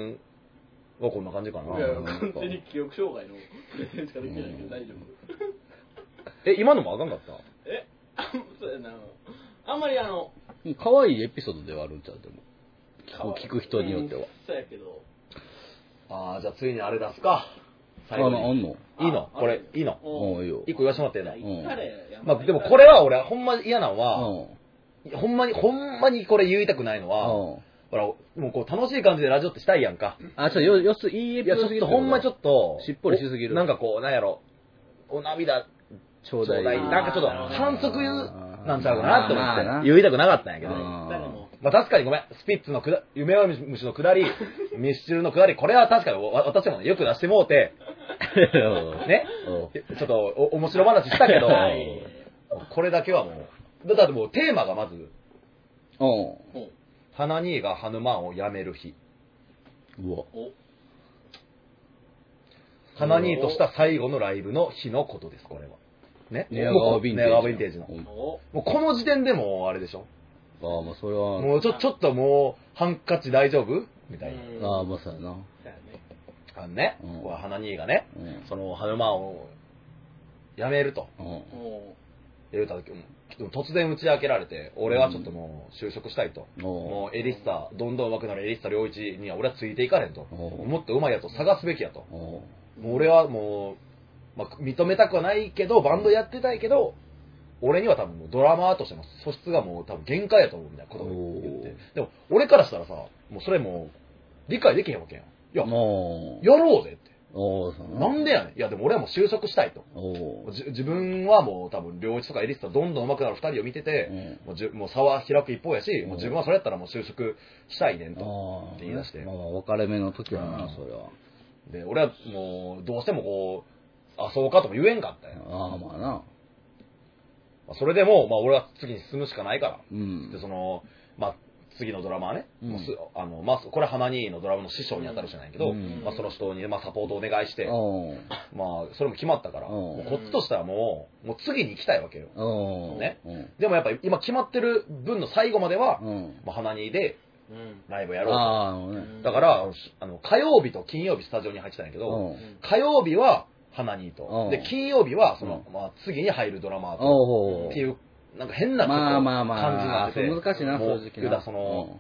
Speaker 1: ンはこんな感じかない
Speaker 3: や完全に記憶障害のプレゼンしかできないけど大丈夫
Speaker 1: え今のもあかんかった
Speaker 3: えあ そうやなあんまりあの
Speaker 2: 可愛いエピソードではあるんちゃうでも。聞く聞く人によって
Speaker 3: う
Speaker 2: は
Speaker 3: ん。そうやけど
Speaker 1: ああじゃあついにあれ出すか
Speaker 2: あ、
Speaker 1: 最
Speaker 2: ま
Speaker 1: 後
Speaker 2: あ、あん
Speaker 1: に
Speaker 2: の
Speaker 1: いいの
Speaker 3: あ
Speaker 1: こ
Speaker 3: あ
Speaker 1: れ
Speaker 3: る
Speaker 1: いいの
Speaker 2: うんいいよ
Speaker 1: 一個言わせてもらっていいの
Speaker 3: い
Speaker 2: うん
Speaker 3: や彼やん
Speaker 1: まあでもこれは俺はほんま嫌なの
Speaker 2: う
Speaker 1: は、ほんまにほんまにこれ言いたくないのは、
Speaker 2: ん。うん。
Speaker 1: ほらもうこう楽しい感じでラジオってしたいやんか
Speaker 2: あ、ちょ、よ、よす、いいエ
Speaker 1: い
Speaker 2: ピソ
Speaker 1: や
Speaker 2: ー
Speaker 1: ち
Speaker 2: ド
Speaker 1: ょっとほんまちょっと
Speaker 2: しっぽりしすぎる
Speaker 1: おなんかこうなんやろお涙
Speaker 2: ちょう
Speaker 1: ち
Speaker 2: だ
Speaker 1: ょ
Speaker 2: い。
Speaker 1: うだい。なんかちょっと反則なんちゃうかなって
Speaker 2: まあまあ
Speaker 1: 思っ
Speaker 2: な
Speaker 1: て、言いたくなかったんやけど。
Speaker 2: うん
Speaker 3: 誰も
Speaker 1: まあ確かにごめん、スピッツのくだ、夢は虫のくだり、ミスチルのくだり、これは確かにわ私もね、よく出してもうて、
Speaker 2: うん
Speaker 1: ね、
Speaker 2: うん
Speaker 1: ちょっとお面白話したけど、
Speaker 2: はい
Speaker 1: これだけはもう、だだってもうテーマがまず、
Speaker 2: うん。
Speaker 3: うん
Speaker 1: 花兄がハヌマンを辞める日。
Speaker 2: うわ。
Speaker 3: お
Speaker 1: 花兄とした最後のライブの日のことです、これは。ね。
Speaker 2: ネアガーヴィンテージ。
Speaker 1: ネアガーヴィンテージの。
Speaker 2: うん
Speaker 3: お
Speaker 1: もうこの時点でもうあれでしょ。
Speaker 2: ああ、まあそれは。
Speaker 1: もうちょ、ちょっともう、ハンカチ大丈夫みたいな。
Speaker 3: うん
Speaker 2: ああ、まあそうやな。
Speaker 3: そうやね
Speaker 1: あのね、
Speaker 2: うん
Speaker 1: ここは花兄がね、
Speaker 2: うん
Speaker 1: そのハヌマンを辞めると
Speaker 2: うん。
Speaker 3: お
Speaker 1: 言うた時も突然打ち明けられて、俺はちょっともう就職したいと。
Speaker 2: お
Speaker 1: もうエリッサ、どんどん上手くなるエリッサ良一には俺はついていかれんと。
Speaker 2: うん
Speaker 1: もっと上手いやつを探すべきやと。
Speaker 2: うおう
Speaker 1: もう俺はもう、まあ、認めたくはないけど、バンドやってたいけど、俺には多分もうドラマーとしての素質がもう多分限界やと思うみたいなことを言って。でも俺からしたらさ、もうそれもう理解できへんわけやん。いや、
Speaker 2: おう
Speaker 1: やろうぜって。
Speaker 2: おうそうや
Speaker 1: なんでやねん。いや、でも俺はもう就職したいと。
Speaker 2: おう
Speaker 1: じ自分はもう多分、両一とかエリスとどんどん上手くなる二人を見てて、
Speaker 2: うん
Speaker 1: もうじゅもう差は開く一方やし、
Speaker 2: ん
Speaker 1: もう自分はそれやったらもう就職したいねんと。
Speaker 2: ああ
Speaker 1: って言い出して
Speaker 2: まあまあ別れ目の時は
Speaker 1: う
Speaker 2: な、
Speaker 1: ん
Speaker 2: それは。
Speaker 1: で、俺はもう、どうしてもこう、あ、そうかとも言えんかったんや
Speaker 2: ああ、まあな。
Speaker 1: まあそれでも、まあ俺は次に進むしかないから。
Speaker 2: う
Speaker 1: で、
Speaker 2: ん。
Speaker 1: その、まあ、次のドラマはね、
Speaker 2: うん
Speaker 1: もうすあの、まあ、これ花兄のドラムの師匠に当たるじゃないけど、
Speaker 2: うん
Speaker 1: まあその人に、まあ、サポートをお願いして、
Speaker 2: おう
Speaker 1: まあ、それも決まったから、
Speaker 2: うん
Speaker 1: もうこっちとしてはもう、もう次に行きたいわけよ。
Speaker 2: おう
Speaker 1: ね
Speaker 2: うん。
Speaker 1: でもやっぱり今決まってる分の最後までは、
Speaker 2: うん。
Speaker 1: まあ、花にで
Speaker 3: うん
Speaker 1: ライブやろ
Speaker 2: ああ、もう
Speaker 1: う
Speaker 2: ね。
Speaker 1: と。だから、あのしあの、火曜日と金曜日スタジオに入ってたんやけど、
Speaker 2: おう
Speaker 1: 火曜日は花に
Speaker 2: う
Speaker 1: と
Speaker 2: ん。
Speaker 1: で、金曜日は、その、
Speaker 2: う
Speaker 1: まあ、次に入るドラマーと。
Speaker 2: おう
Speaker 1: っていう、なんか変な
Speaker 2: まあまあ
Speaker 1: 感
Speaker 2: ま
Speaker 1: じに
Speaker 2: あ、
Speaker 1: なっ
Speaker 2: あそ
Speaker 1: て
Speaker 2: う
Speaker 1: て、
Speaker 2: 難しいな、
Speaker 1: もう言
Speaker 2: 正直
Speaker 1: うたら
Speaker 2: な。
Speaker 1: その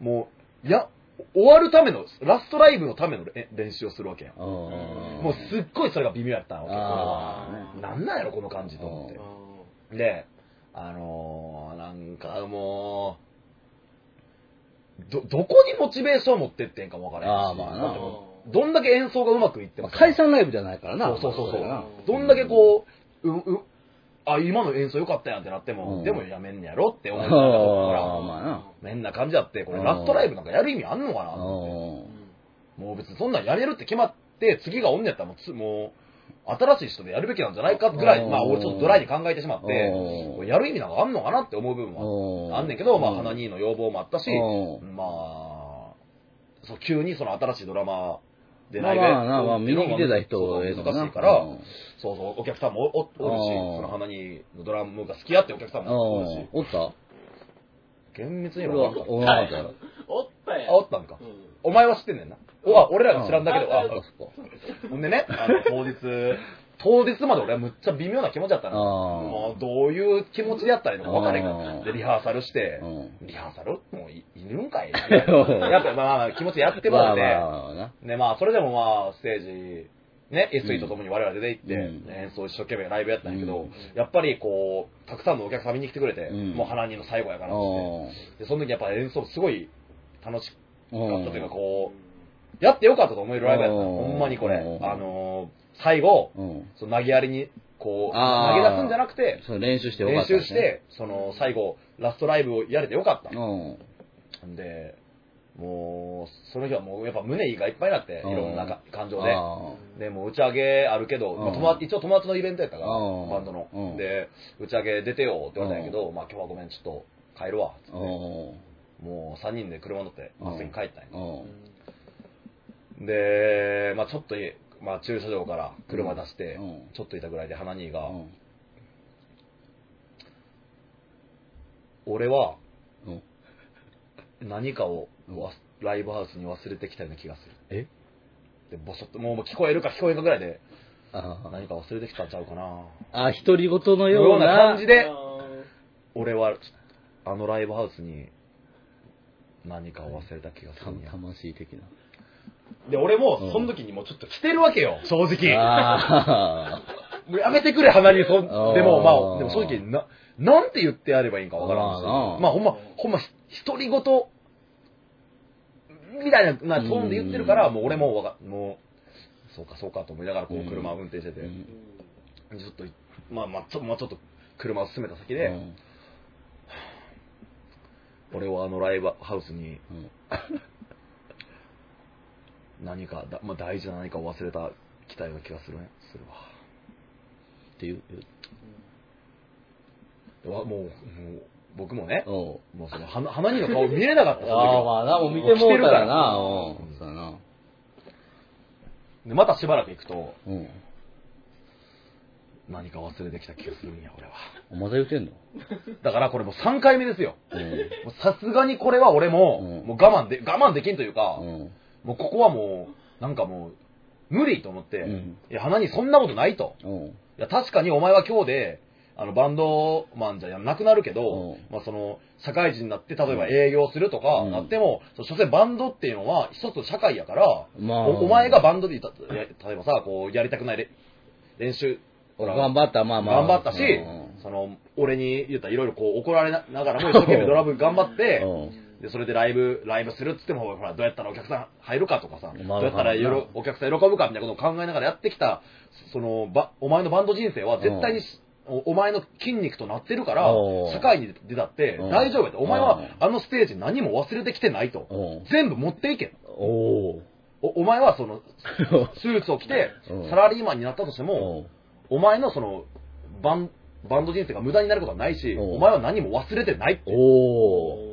Speaker 1: もう、いや、終わるための、ラストライブのためのれ練習をするわけやん。
Speaker 2: うん、おう
Speaker 1: もうすっごいそれが微妙やったんわ
Speaker 2: あ
Speaker 1: けよ。なんなんやろ、この感じと思って。
Speaker 3: う
Speaker 1: で、あのー、なんかもう、ど、どこにモチベーションを持ってってんかもわからへんし
Speaker 2: あーま
Speaker 1: だ
Speaker 2: あな
Speaker 1: っても
Speaker 3: ん
Speaker 1: うどんだけ演奏がうまくいって
Speaker 2: あ、ま
Speaker 1: も
Speaker 2: あ、解散ライブじゃないからな。
Speaker 1: そうそうそうそう
Speaker 2: やな
Speaker 1: どんだけこう、う、う、あ、今の演奏良かったやんってなっても、
Speaker 2: うん
Speaker 1: でもやめんねやろって思ってたから、
Speaker 2: ああ、まあな。
Speaker 1: 変な感じだって、これ
Speaker 2: うん
Speaker 1: ラストライブなんかやる意味あんのかな
Speaker 2: おう
Speaker 1: もう別にそんなんやめるって決まって、次がおんねやったらもうつ、もう、新しい人でやるべきなんじゃないかぐらい、
Speaker 2: うん
Speaker 1: まあ俺ちょっとドライに考えてしまって、
Speaker 2: うん
Speaker 1: これやる意味なんかあんのかなって思う部分は
Speaker 2: おう
Speaker 1: あんねんけど、まあ、
Speaker 2: う
Speaker 1: 花兄の要望もあったし、
Speaker 2: う
Speaker 1: まあ、そう、急にその新しいドラマでラ
Speaker 2: まあ
Speaker 1: イブ
Speaker 2: ま
Speaker 1: や
Speaker 2: あまあまあ、見に来てた人
Speaker 1: 難
Speaker 2: え
Speaker 1: し
Speaker 2: えのない
Speaker 1: から、
Speaker 2: うん
Speaker 1: そうそう、お客さんもおおおるし、
Speaker 2: うん
Speaker 1: その花兄のドラムが好きやってお客さんもおる
Speaker 2: お
Speaker 1: し
Speaker 2: う、おった
Speaker 1: 厳密に
Speaker 2: 俺
Speaker 1: は
Speaker 2: は
Speaker 1: 分かんなかっ
Speaker 2: おらんかった
Speaker 3: おったや
Speaker 1: た。あ、おったんか
Speaker 3: う。ん
Speaker 1: お前は知ってんねんな。おあ、俺らが知らんだけど、
Speaker 2: あ
Speaker 1: あ
Speaker 2: そっかそっか
Speaker 1: ほんでね、あの当日、当日まで俺はむっちゃ微妙な気持ちだった
Speaker 2: あー
Speaker 1: の。もうどういう気持ちでやったらいいのか分からへんか
Speaker 2: あ
Speaker 1: ら。
Speaker 2: ー
Speaker 1: で、リハーサルして
Speaker 2: う、ん
Speaker 1: リハーサルもういいるんか いやっぱまあ気持ちやっても
Speaker 2: ま
Speaker 1: ら
Speaker 2: あ
Speaker 1: っ
Speaker 2: まあ
Speaker 1: て、
Speaker 2: まあまあな
Speaker 1: ね、まあそれでもまあステージ、ね、SE とともに我々出て行って、
Speaker 2: うん
Speaker 1: 演奏一生懸命ライブやったんやけ
Speaker 2: う
Speaker 1: ど
Speaker 2: ん、
Speaker 1: やっぱりこう、たくさんのお客さん見に来てくれて、
Speaker 2: うん
Speaker 1: もう花人の最後やからっつっ
Speaker 2: おー
Speaker 1: て。で、その時やっぱ演奏すごい楽しか
Speaker 2: うん
Speaker 1: ったというか、こう、やってよかったと思えるライブやった。
Speaker 2: うん
Speaker 1: ほんまにこれ
Speaker 2: う。ん
Speaker 1: あのー、最後、
Speaker 2: うん
Speaker 1: その投げやりに、こう、
Speaker 2: あ
Speaker 1: 投
Speaker 2: ー
Speaker 1: げ出すんじゃなくて、
Speaker 2: そう練習してよか
Speaker 1: 練
Speaker 2: ったね
Speaker 1: 習して、その、最後、ラストライブをやれてよかった
Speaker 2: う。ん
Speaker 1: んで、もう、その日はもうやっぱ胸がいっぱいになって、い
Speaker 2: うん
Speaker 1: ろんなか感情で。
Speaker 2: あ
Speaker 1: で、もう打ち上げあるけど、
Speaker 2: うん
Speaker 1: まあ友達一応友達のイベントやったから、バ
Speaker 2: うん
Speaker 1: ンド
Speaker 2: うん
Speaker 1: の。で、打ち上げ出てよって言われたんやけど、まあ今日はごめん、ちょっと帰るわ、つっ
Speaker 2: ー
Speaker 1: て。
Speaker 2: お
Speaker 1: もう3人で車乗って、
Speaker 2: うん
Speaker 1: まっすぐ帰ったん
Speaker 2: ー
Speaker 1: や。
Speaker 2: お
Speaker 1: で、まあちょっとい、まあ駐車場から車出して、
Speaker 2: うんうん
Speaker 1: ちょっといたぐらいで花兄
Speaker 2: ー
Speaker 1: が、
Speaker 2: うん
Speaker 1: 俺は
Speaker 2: うん
Speaker 1: 何かを
Speaker 2: うん
Speaker 1: わライブハウスに忘れてきたような気がする。
Speaker 2: え
Speaker 1: で、ぼそっと、もうもう聞こえるか聞こえんかぐらいで、
Speaker 2: あー
Speaker 1: 何か忘れてきたんちゃうかな。
Speaker 2: あ独り言の
Speaker 1: よ
Speaker 2: よ
Speaker 1: う
Speaker 2: う
Speaker 1: な
Speaker 2: な
Speaker 1: 感じで、
Speaker 3: うん
Speaker 1: 俺はあのライブハウスに何かを忘れた気がするんや
Speaker 2: た魂的な
Speaker 1: で俺
Speaker 2: うん
Speaker 1: もその時にもうちょっと来てるわけよ正直
Speaker 2: あ
Speaker 1: もうやめてくれ鼻にそん
Speaker 2: あー
Speaker 1: でもまあでも正直ななんて言ってやればいいんかわからんし
Speaker 2: まあな
Speaker 1: まあほんまほんまひ独り言みたいななトーンで言ってるから
Speaker 2: うん
Speaker 1: もう俺もわかもうそうかそうかと思いながらこ
Speaker 2: うん
Speaker 1: う車を運転してて
Speaker 2: う
Speaker 1: ち
Speaker 2: ん
Speaker 1: ょっといまあまあちょまあちょっと車を進めた先
Speaker 2: う
Speaker 1: で
Speaker 2: ん
Speaker 1: 俺はあのライブハウスに
Speaker 2: うん
Speaker 1: 何かだ、まあ、大事な何かを忘れたきたような気がするねするわ
Speaker 2: っていう
Speaker 1: でわもうもう僕もね
Speaker 2: おう
Speaker 1: もうその花花にの顔見えなか ったその時
Speaker 2: ああ
Speaker 1: は
Speaker 2: まあなもう見てもうたらな
Speaker 1: も
Speaker 2: う
Speaker 1: う来てるから
Speaker 2: んそうやな
Speaker 1: でまたしばらく行くと
Speaker 2: うん
Speaker 1: 何か忘れてきた気がするんや俺は
Speaker 2: また言うてんの
Speaker 1: だからこれもう3回目ですよ
Speaker 2: うん
Speaker 1: もうさすがにこれは俺も,、
Speaker 2: うん
Speaker 1: もう我慢で我慢できんというか、
Speaker 2: うん
Speaker 1: もうここはもうなんかもう無理と思って、
Speaker 2: うん
Speaker 1: いや花にそんなことないと
Speaker 2: うん
Speaker 1: いや、確かにお前は今日で、あの、バンドマンじゃなくなるけど、
Speaker 2: うん
Speaker 1: まあその、社会人になって、例えば営業するとか、
Speaker 2: うん
Speaker 1: なっても、その所詮バンドっていうのは一つの社会やから、
Speaker 2: まあ
Speaker 1: おお前がバンドでいた、いや例えばさ、こう、やりたくないれ練習、ほら
Speaker 2: 頑張ったまあまあ
Speaker 1: 頑張ったし、
Speaker 2: うん
Speaker 1: その、俺に言ったらいろいろこう怒られながらも一生懸命ドラム頑張って、
Speaker 2: う
Speaker 1: で、それでライブ、ライブするっつっても、ほら、どうやったらお客さん入るかとかさ、ど
Speaker 2: まあ
Speaker 1: うやったらよろお客さん喜ぶかみたいなことを考えながらやってきた、その、ば、お前のバンド人生は絶対にし、おお前の筋肉となってるから
Speaker 2: おう、
Speaker 1: 社会に出たって
Speaker 2: うん
Speaker 1: 大丈夫やと。お前
Speaker 2: う
Speaker 1: は
Speaker 2: ん
Speaker 1: あのステージ何も忘れてきてないと。
Speaker 2: うん
Speaker 1: 全部持っていけ。
Speaker 2: おお
Speaker 1: おお前はその、スーツを着て
Speaker 2: うん、
Speaker 1: サラリーマンになったとしても、お前のその、バン、バンド人生が無駄になることはないし、
Speaker 2: うん
Speaker 1: お前は何も忘れてないって。
Speaker 2: おお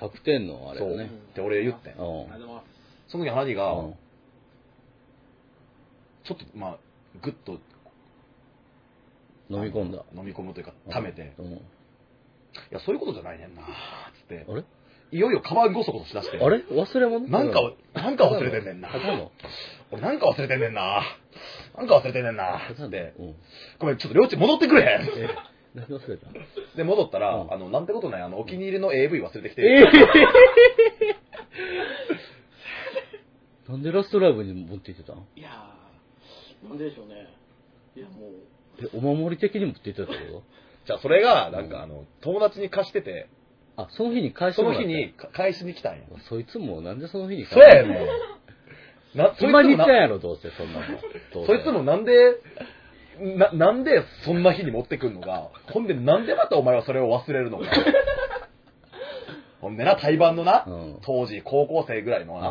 Speaker 2: 100点のあれ
Speaker 1: そ
Speaker 2: だ
Speaker 1: う。っ
Speaker 2: ね
Speaker 1: て俺言ってん
Speaker 2: う。ん
Speaker 3: ありがとうございます
Speaker 1: その時花火が、
Speaker 2: うん
Speaker 1: ちょっとまあぐっと
Speaker 2: 飲み込んだ
Speaker 1: 飲み込むというか溜めて、い
Speaker 2: うん
Speaker 1: やそういうことじゃないねんなーっつって
Speaker 2: あれ
Speaker 1: いよいよカバンごそごそしだして
Speaker 2: あれ忘れ物
Speaker 1: なんかをなんか忘れてんねんな
Speaker 2: ただの
Speaker 1: 俺なんか忘れてんねんななんか忘れてんねんなつって
Speaker 2: うん
Speaker 1: ごめんちょっと両親戻ってくれ
Speaker 2: え何忘れた
Speaker 1: で戻ったら、
Speaker 2: うん
Speaker 1: あのなんてことないあのお気に入りの AV 忘れてきて、
Speaker 2: なんでラストライブに持って行ってたん
Speaker 3: いやーなんででしょうねいやもう
Speaker 2: えお守り的に持って行ってたってこ
Speaker 1: じゃあそれがなんかあの友達に貸してて
Speaker 2: とあその日に返して
Speaker 1: その
Speaker 2: もらった
Speaker 1: 日にか返しに来たんや
Speaker 2: そいつもなんでその日に
Speaker 1: そうやねん なそいつ
Speaker 2: 今
Speaker 1: も
Speaker 2: に行っ
Speaker 1: な
Speaker 2: たんやろどうせそんなもんどうせ
Speaker 1: そいつもなんで、な、なんでそんな日に持ってくんのか。ほんで、なんでまたお前はそれを忘れるのか。ほんでな、対バンのな、
Speaker 2: うん
Speaker 1: 当時高校生ぐらいのな、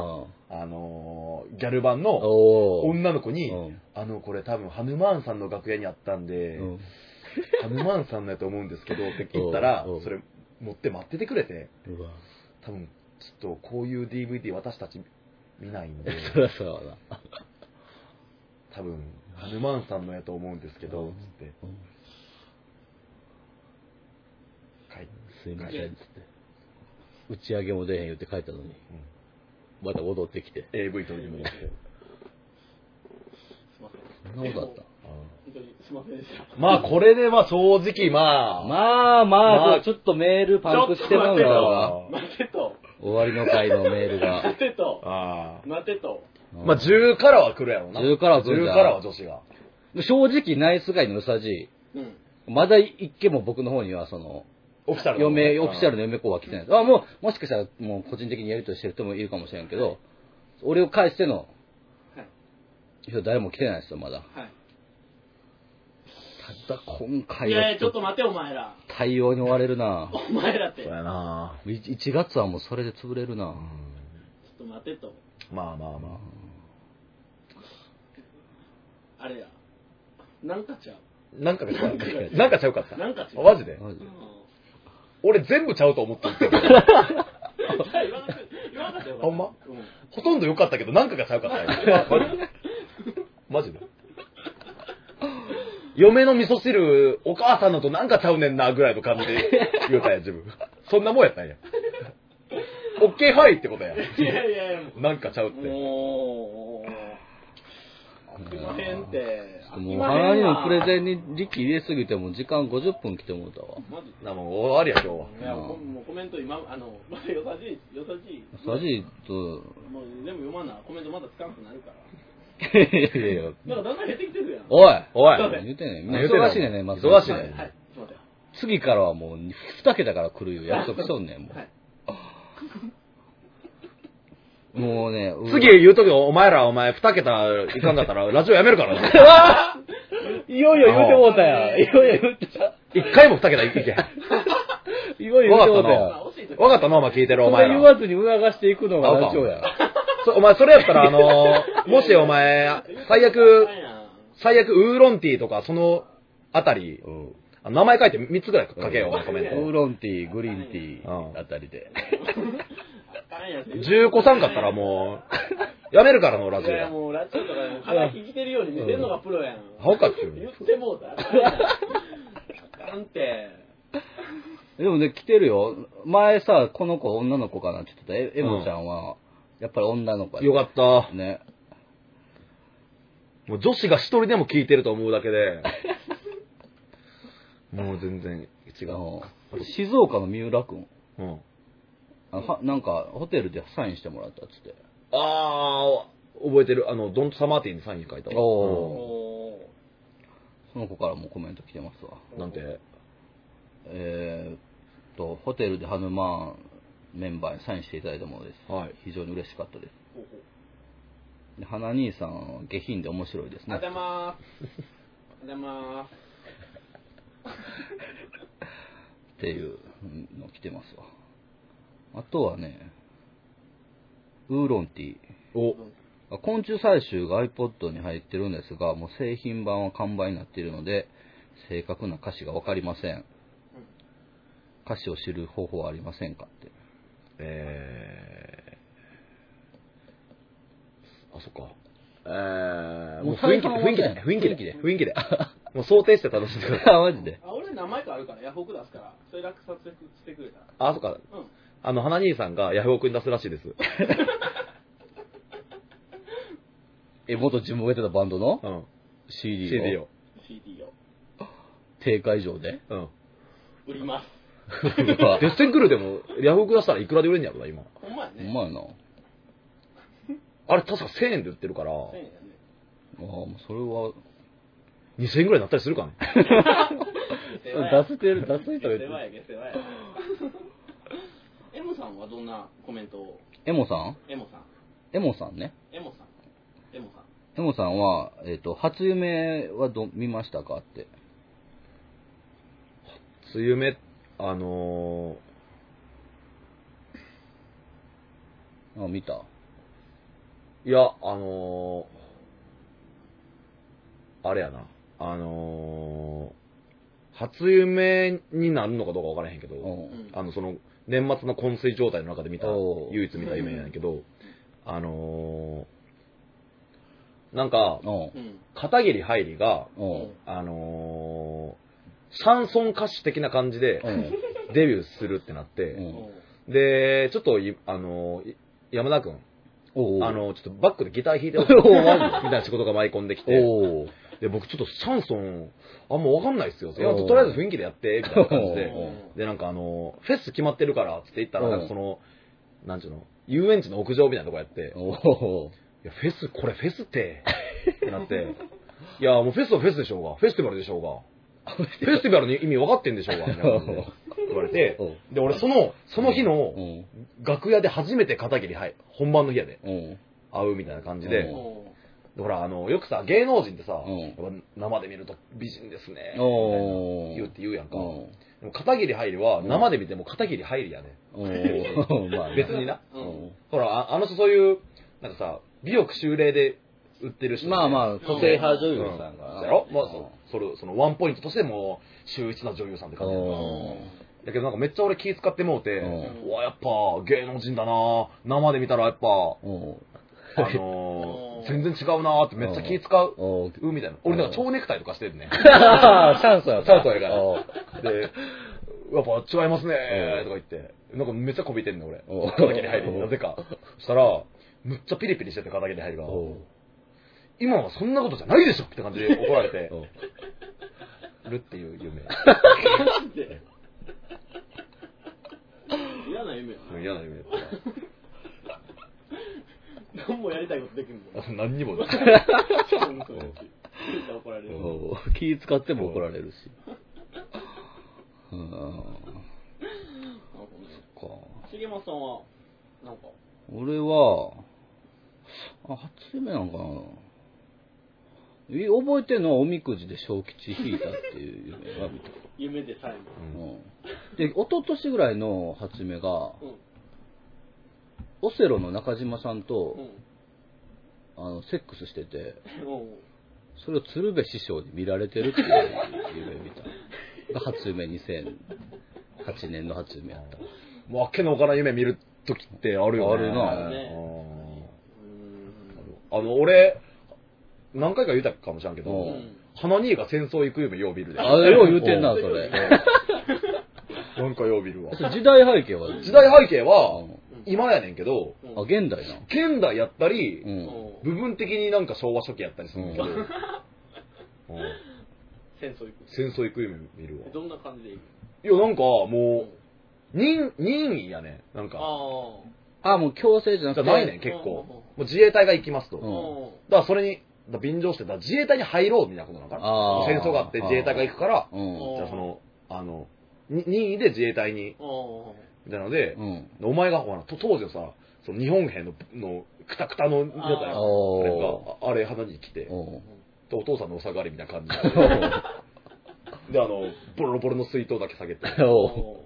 Speaker 2: あ
Speaker 1: あのーギャル版の
Speaker 2: おお
Speaker 1: 女の子に、
Speaker 2: うん
Speaker 1: あの、これ多分、ハヌマーンさんの楽屋にあったんで、ハヌマーンさんだと思うんですけど、って言ったら
Speaker 2: うんうん、
Speaker 1: それ持って待っててくれて、
Speaker 2: うわ
Speaker 1: 多分、ちょっとこういう DVD 私たち見ない んで、
Speaker 2: そりゃそうやわな
Speaker 1: 多分、ハヌマーンさんのやと思うんですけ
Speaker 2: う
Speaker 1: ど、
Speaker 2: ん
Speaker 1: つって、
Speaker 2: うん
Speaker 1: 帰って
Speaker 2: すいませんっつって打ち上げも出へん言って書いたのにまた戻ってきて。
Speaker 1: AV 取りに戻って。
Speaker 3: すいません。
Speaker 2: そんなことだった。
Speaker 3: 本当にすいませんでした。
Speaker 1: まあ、これで、まあ、正直、まあ、
Speaker 2: まあまあ、
Speaker 1: まあ
Speaker 2: ちょっとメールパンクしてまう
Speaker 1: ちょっと待て
Speaker 2: な
Speaker 1: よ。
Speaker 3: 待てと、
Speaker 2: 終わりの回のメールが
Speaker 3: 待。てと、
Speaker 1: ああ。
Speaker 3: 待てと。
Speaker 1: まあ、10からは来るやろな。
Speaker 2: 10からは来る
Speaker 1: 10
Speaker 2: んじゃん
Speaker 1: からは女子が。
Speaker 2: 正直、ナイスガイのうさじい、
Speaker 3: うん。
Speaker 2: まだ一件も僕の方には、その、
Speaker 1: オフィシャルの
Speaker 2: 嫁、オフィシャルの嫁子は来てない。あ、もう、もしかしたら、もう個人的にやりとりしてる人もいるかもしれんけど、俺を返しての
Speaker 3: はい。
Speaker 2: 人誰も来てないですよ、まだ。
Speaker 3: はい。
Speaker 2: ただ、今
Speaker 3: い
Speaker 2: 回
Speaker 3: やいや、
Speaker 2: は
Speaker 3: ちょっと待て、お前ら。
Speaker 2: 対応に追われるな
Speaker 3: お前らって。ち
Speaker 1: そう
Speaker 3: ょっ
Speaker 1: やな
Speaker 2: 1月はもうそれで潰れるな
Speaker 3: と待てと。
Speaker 1: まあまあま
Speaker 3: あれや。なんかちゃう。
Speaker 1: あ。なんかが違
Speaker 3: なんかが違
Speaker 1: う。
Speaker 3: う
Speaker 1: なんかちゃうかった。
Speaker 3: なんか違う
Speaker 1: マジで
Speaker 2: マジ
Speaker 3: う
Speaker 2: で
Speaker 3: ん。
Speaker 1: 俺全部ちゃうと思ったんですけど
Speaker 3: いや言わなくて、言わなくてよかった
Speaker 1: ほんま
Speaker 3: うん。
Speaker 1: ほとんど良かったけど、なんかがちゃうかった。 マジで嫁の味噌汁、お母さんのとなんかちゃうねんな、ぐらいの感じで言うたんや、自分。そんなもんやったんや。オッケーはいってことや。
Speaker 3: いやいやいや、も
Speaker 1: なんかちゃうっ
Speaker 3: う。
Speaker 1: て。
Speaker 3: もう。飽きまへんって。
Speaker 2: もう花にのプレゼ
Speaker 3: ン。
Speaker 2: ンに力入れすぎても時間50分来てもうたわ
Speaker 3: マジで
Speaker 1: な、もう終わりや、今日は。
Speaker 3: いや、もうもうコメント今、あの、まだよさじい、よさじい。
Speaker 2: マジと
Speaker 3: もう全部読まな、コメントまだつかんくなるから。
Speaker 2: いやいやいや
Speaker 3: だからだんだん減ってきてるやん。
Speaker 2: おい
Speaker 1: おい
Speaker 3: そうだよ
Speaker 2: 言うてんねん
Speaker 1: 何言うてんの
Speaker 2: 忙しいねんねまず
Speaker 1: 忙しい
Speaker 3: は
Speaker 1: ね
Speaker 3: い、はい、すいません。
Speaker 2: 次からはもう2桁から来るよ約束しとんねんも
Speaker 3: は い。
Speaker 2: うもうねうわ
Speaker 1: 次言うとき、お前ら、お前、二桁いかんだった ら、ラジオやめるからな。
Speaker 2: いよいよ言うてもうたやんいよいよ言うてた
Speaker 1: 一回も二桁いけへん。
Speaker 2: いよいよ言うてもうたやん
Speaker 3: まあ、惜しいとき。
Speaker 1: わかったな、お前聞いてる、お
Speaker 2: そ
Speaker 1: 前
Speaker 2: れ
Speaker 1: ら
Speaker 2: 言。わずに促していくのがラジオや
Speaker 1: そお前、それやったら、あのー、もしお前、最悪、最悪、ウーロンティーとか、そのあたり、
Speaker 2: うん
Speaker 1: あ名前書いて3つぐらい書けよ、お前コメ
Speaker 2: ウー
Speaker 1: ン
Speaker 2: ロンティーグリーンティーあたりで
Speaker 1: ト。10個さんかったら
Speaker 3: う。
Speaker 1: もう、やめるからの、ラ
Speaker 3: い
Speaker 1: ジオ
Speaker 3: やいや
Speaker 1: や。
Speaker 3: もうラジオとかでも鼻聞いてるように見せるのがプロやん。
Speaker 1: ほかっちゅ
Speaker 3: 言っ
Speaker 1: う。
Speaker 3: てもうた。あかんって。
Speaker 2: でもね、来てるよ。前さ、この子女の子かなって言ってた。え、エモちゃんは、やっぱり女の子
Speaker 1: よ
Speaker 2: っ
Speaker 1: かった
Speaker 2: た。。ね。
Speaker 1: もう女子が一人でも聞いてると思うだけで、もう全然違
Speaker 2: あ
Speaker 1: う。
Speaker 2: の静岡の三浦くん。
Speaker 1: うん、
Speaker 2: あのはなんか、ホテルでサインしてもらったっつって。
Speaker 1: あー、覚えてる。あの、ドントサマーティーにサイン書いたわ。
Speaker 2: お
Speaker 3: お
Speaker 2: その子からもコメント来てますわ。
Speaker 1: うんなんて、
Speaker 2: えー、っと、ホテルでハヌマーンメンバーにサインしていただいたものです。
Speaker 1: はい
Speaker 2: 非常に嬉しかったです。で花兄さんは下品で面白いですね。
Speaker 3: あざまーす。あざまーす。
Speaker 2: っていうの来てますわあとはねウーロンティー
Speaker 1: お、
Speaker 2: あ昆虫採集が iPod に入ってるんですがもう製品版は完売になっているので正確な歌詞が分かりません歌詞を知る方法はありませんかって
Speaker 1: えー、あ、そっか。えー、も
Speaker 2: もう
Speaker 1: う雰囲気
Speaker 2: 最
Speaker 1: で、
Speaker 2: 初の
Speaker 1: 雰囲気で、
Speaker 2: ね
Speaker 1: 雰囲気で、雰囲気で。 もう想定して楽しんでください。
Speaker 2: あマジで
Speaker 3: あ、俺名前変あるから、ヤフオク出すから、それ落札してくれたら。
Speaker 1: あ、そっか。
Speaker 3: うん。
Speaker 1: あの、花兄さんがヤフオクに出すらしいです。
Speaker 2: え元自分がやってたバンドの
Speaker 1: うん。
Speaker 2: CD を
Speaker 1: CD を。
Speaker 3: CD を
Speaker 2: 定価以上で
Speaker 1: うん。
Speaker 3: 売ります。
Speaker 2: うわ
Speaker 1: デッセンクルーでも、ヤフオク出したらいくらで売れんねやろな、今。
Speaker 3: ほんまや
Speaker 2: ほ
Speaker 3: ね。
Speaker 2: んまやなあ
Speaker 1: あれ、確か1000円で売ってるから、
Speaker 3: 1000円
Speaker 1: 2000
Speaker 3: やね。
Speaker 2: ーもうそれは
Speaker 1: 円ぐらいになったりするかね。
Speaker 3: 世話や
Speaker 2: 出せてる出せて
Speaker 3: 下世
Speaker 2: る
Speaker 3: 話や、下世話や。 エモさんはどんなコメントを
Speaker 2: エモさん
Speaker 3: エモさん。
Speaker 2: エモさんね
Speaker 3: エモさん。エモさん。
Speaker 2: エモさんは、えっ、と、初夢はど見ましたかって。
Speaker 1: 梅雨目、あの
Speaker 2: あ、見た。
Speaker 1: ー、いや、あのー、あれやな。あのー、初夢になるのかどうかわからへんけど、
Speaker 2: おう
Speaker 3: うん
Speaker 1: あの、その、年末の昏睡状態の中で見た、
Speaker 2: おう
Speaker 1: 唯一見た夢やねんけど、あのー、なんか、
Speaker 2: おう
Speaker 3: うん。
Speaker 1: 片桐はいりが、
Speaker 2: おう
Speaker 1: あのー、シャンソン歌手的な感じで
Speaker 2: おう
Speaker 1: デビューするってなっ
Speaker 2: う
Speaker 1: て、
Speaker 2: ん
Speaker 1: で、ちょっとい、あのー、い山田くん
Speaker 2: おう
Speaker 1: あの、ちょっとバックでギター弾いてます
Speaker 2: おう
Speaker 1: みたいな仕事が舞い込んできて、
Speaker 2: おー
Speaker 1: で、僕ちょっとシャンソン、あんまわかんないっすよ。いや、とりあえず雰囲気でやって、みたいな感じで
Speaker 2: お。う
Speaker 1: で、なんかあの、フェス決まってるからって言ったら、
Speaker 2: うん
Speaker 1: なんかその、なんちゅうの、遊園地の屋上みたいなとこやって、
Speaker 2: おー
Speaker 1: いや、フェス、これフェスって、ってなって、いや、もうフェスはフェスでしょうが、フェスティバルでしょうが、 フェスティバルの意味分かってんでしょうが、みたいな感じで言われて、
Speaker 2: おう
Speaker 1: で、俺その、その日の
Speaker 2: うん
Speaker 1: 楽屋で初めて片桐、はい、本番の日やで
Speaker 2: うん
Speaker 1: 会うみたいな感じ
Speaker 2: う
Speaker 1: で
Speaker 2: ん、
Speaker 1: ほら、あの、よくさ、芸能人ってさ、
Speaker 2: うん
Speaker 1: やっぱ生で見ると美人ですね、みたいな
Speaker 2: おー
Speaker 1: 言うって言うやんか。
Speaker 2: お
Speaker 1: でも片桐はいりは、生で見ても片桐はいりやね。
Speaker 2: ーおーまあね
Speaker 1: 別にな。
Speaker 3: う
Speaker 2: うん
Speaker 3: ん
Speaker 1: ほら、ああの人そういう、なんかさ、美を修麗で売ってる人、
Speaker 2: まあまあ、個性派女
Speaker 1: うん、
Speaker 2: 優さんが。
Speaker 1: そうやろまあ、そそれ、そのワンポイントとしてもう、秀逸な女優さんって感じやんか。だけどなんかめっちゃ俺気使ってもうて、
Speaker 2: う
Speaker 1: うわ、やっぱ芸能人だな生で見たらやっ ぱ、
Speaker 2: うんうん
Speaker 1: あの
Speaker 3: うん
Speaker 1: ー、全然違うなってめっちゃ気使う。
Speaker 2: おー
Speaker 1: うみたいな。俺なんか蝶ネクタイとかしてるね。
Speaker 2: あーシャンソンやった
Speaker 1: シャンソンやから
Speaker 2: おー
Speaker 1: で、やっぱ違いますねとか言って、なんかめっちゃこびてんの俺。
Speaker 2: おう
Speaker 1: 片桐入り、なぜか。そしたら、むっちゃピリピリしてて片桐入りが、
Speaker 2: おー
Speaker 1: 今はそんなことじゃないでしょって感じで怒られて
Speaker 2: お、ー
Speaker 1: るっていう夢。
Speaker 3: なんで 嫌な夢やな
Speaker 1: 嫌な夢だっ
Speaker 3: 何もやりたいことできんもん
Speaker 1: た。何にもだ。
Speaker 3: 本当に聞いたら怒られる
Speaker 2: おー気使っても怒られるし。うん。
Speaker 3: なんかね
Speaker 2: か。
Speaker 3: 重松さんはなんか
Speaker 2: 俺は、あ、初夢なのかなえ覚えてるのはおみくじで小吉引いたっていう夢が見た。
Speaker 3: 夢で最後
Speaker 2: うん。で、一昨年ぐらいの初夢が、
Speaker 3: うん
Speaker 2: オセロの中島さんと、
Speaker 3: うん
Speaker 2: あのセックスしてて
Speaker 3: うん
Speaker 2: それを鶴瓶師匠に見られてるっていう夢見たが初夢2008年の初夢やった
Speaker 1: もうあっけのおからん夢見るときってあるよね。
Speaker 2: あるな
Speaker 1: うん
Speaker 3: ね
Speaker 1: あの、俺、何回か言うたかもしれんけ
Speaker 2: う
Speaker 3: う
Speaker 1: ど、
Speaker 3: ん
Speaker 1: 花兄が戦争行く夢よう見るで。
Speaker 2: あよう言うてんなそれ
Speaker 1: なんかよう見るわ。
Speaker 2: それ時代背景は
Speaker 1: 時代背景は、
Speaker 2: あ
Speaker 1: 今やねんけど、
Speaker 2: 現代な
Speaker 1: 現代やったり、
Speaker 2: うん
Speaker 3: うん
Speaker 1: 部分的になんか昭和初期やったりするんだけど、
Speaker 2: うん
Speaker 1: うん
Speaker 3: 戦争行く
Speaker 1: 戦争行く夢見るわ
Speaker 3: どんな感じで行く
Speaker 1: いやなんか
Speaker 3: う
Speaker 1: も
Speaker 3: ん
Speaker 1: う任任意やねなん
Speaker 3: あ
Speaker 1: か
Speaker 2: あもう強制じゃな
Speaker 1: じゃ
Speaker 2: くて
Speaker 1: ないねん結構もう自衛隊が行きますと、
Speaker 2: う
Speaker 3: あ
Speaker 1: だか
Speaker 2: ん
Speaker 1: らそれにだから便乗してだから自衛隊に入ろうみたいなことなのかな
Speaker 2: あー
Speaker 1: 戦争があって自衛隊が行くから
Speaker 2: うん
Speaker 1: じゃあそのあのに任意で自衛隊に
Speaker 3: あ
Speaker 1: みたいなので、
Speaker 2: うん
Speaker 1: お前がほらと当時のさその日本兵ののくたくたのやつや
Speaker 2: あ
Speaker 1: ん
Speaker 3: あ
Speaker 1: あれが
Speaker 2: お
Speaker 1: ああれ花に来て
Speaker 2: お
Speaker 1: とお父さんのお下がりみたいな感じで であのボロボロの水筒だけ下げて
Speaker 2: お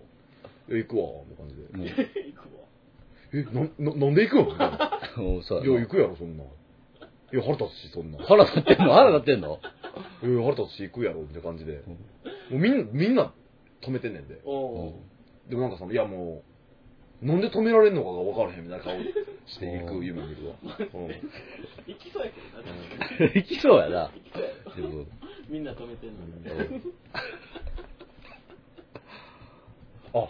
Speaker 1: え行くわ、みたいな感じで。
Speaker 2: うん
Speaker 3: 行くわ
Speaker 1: え、な、ななんで行くんみたいな。
Speaker 2: おそう
Speaker 1: い
Speaker 2: や
Speaker 1: や、
Speaker 2: な
Speaker 1: 行くやろ、そんな。いや、腹立つし、そんな。
Speaker 2: 腹立ってんの腹立ってんの
Speaker 1: え、腹立つし、行くやろ、みたいな感じで。もうみんな、みんな止めてんねんで。
Speaker 3: お
Speaker 1: でもなんかその、いやもう、なんで止められんのかが分からへんみたいな顔して行く夢見るわ。うん
Speaker 3: 行きそうやけどな確かに
Speaker 2: 行きそうやな
Speaker 3: 行きそうや
Speaker 2: 自分
Speaker 3: みんな止めてんのに
Speaker 1: あ、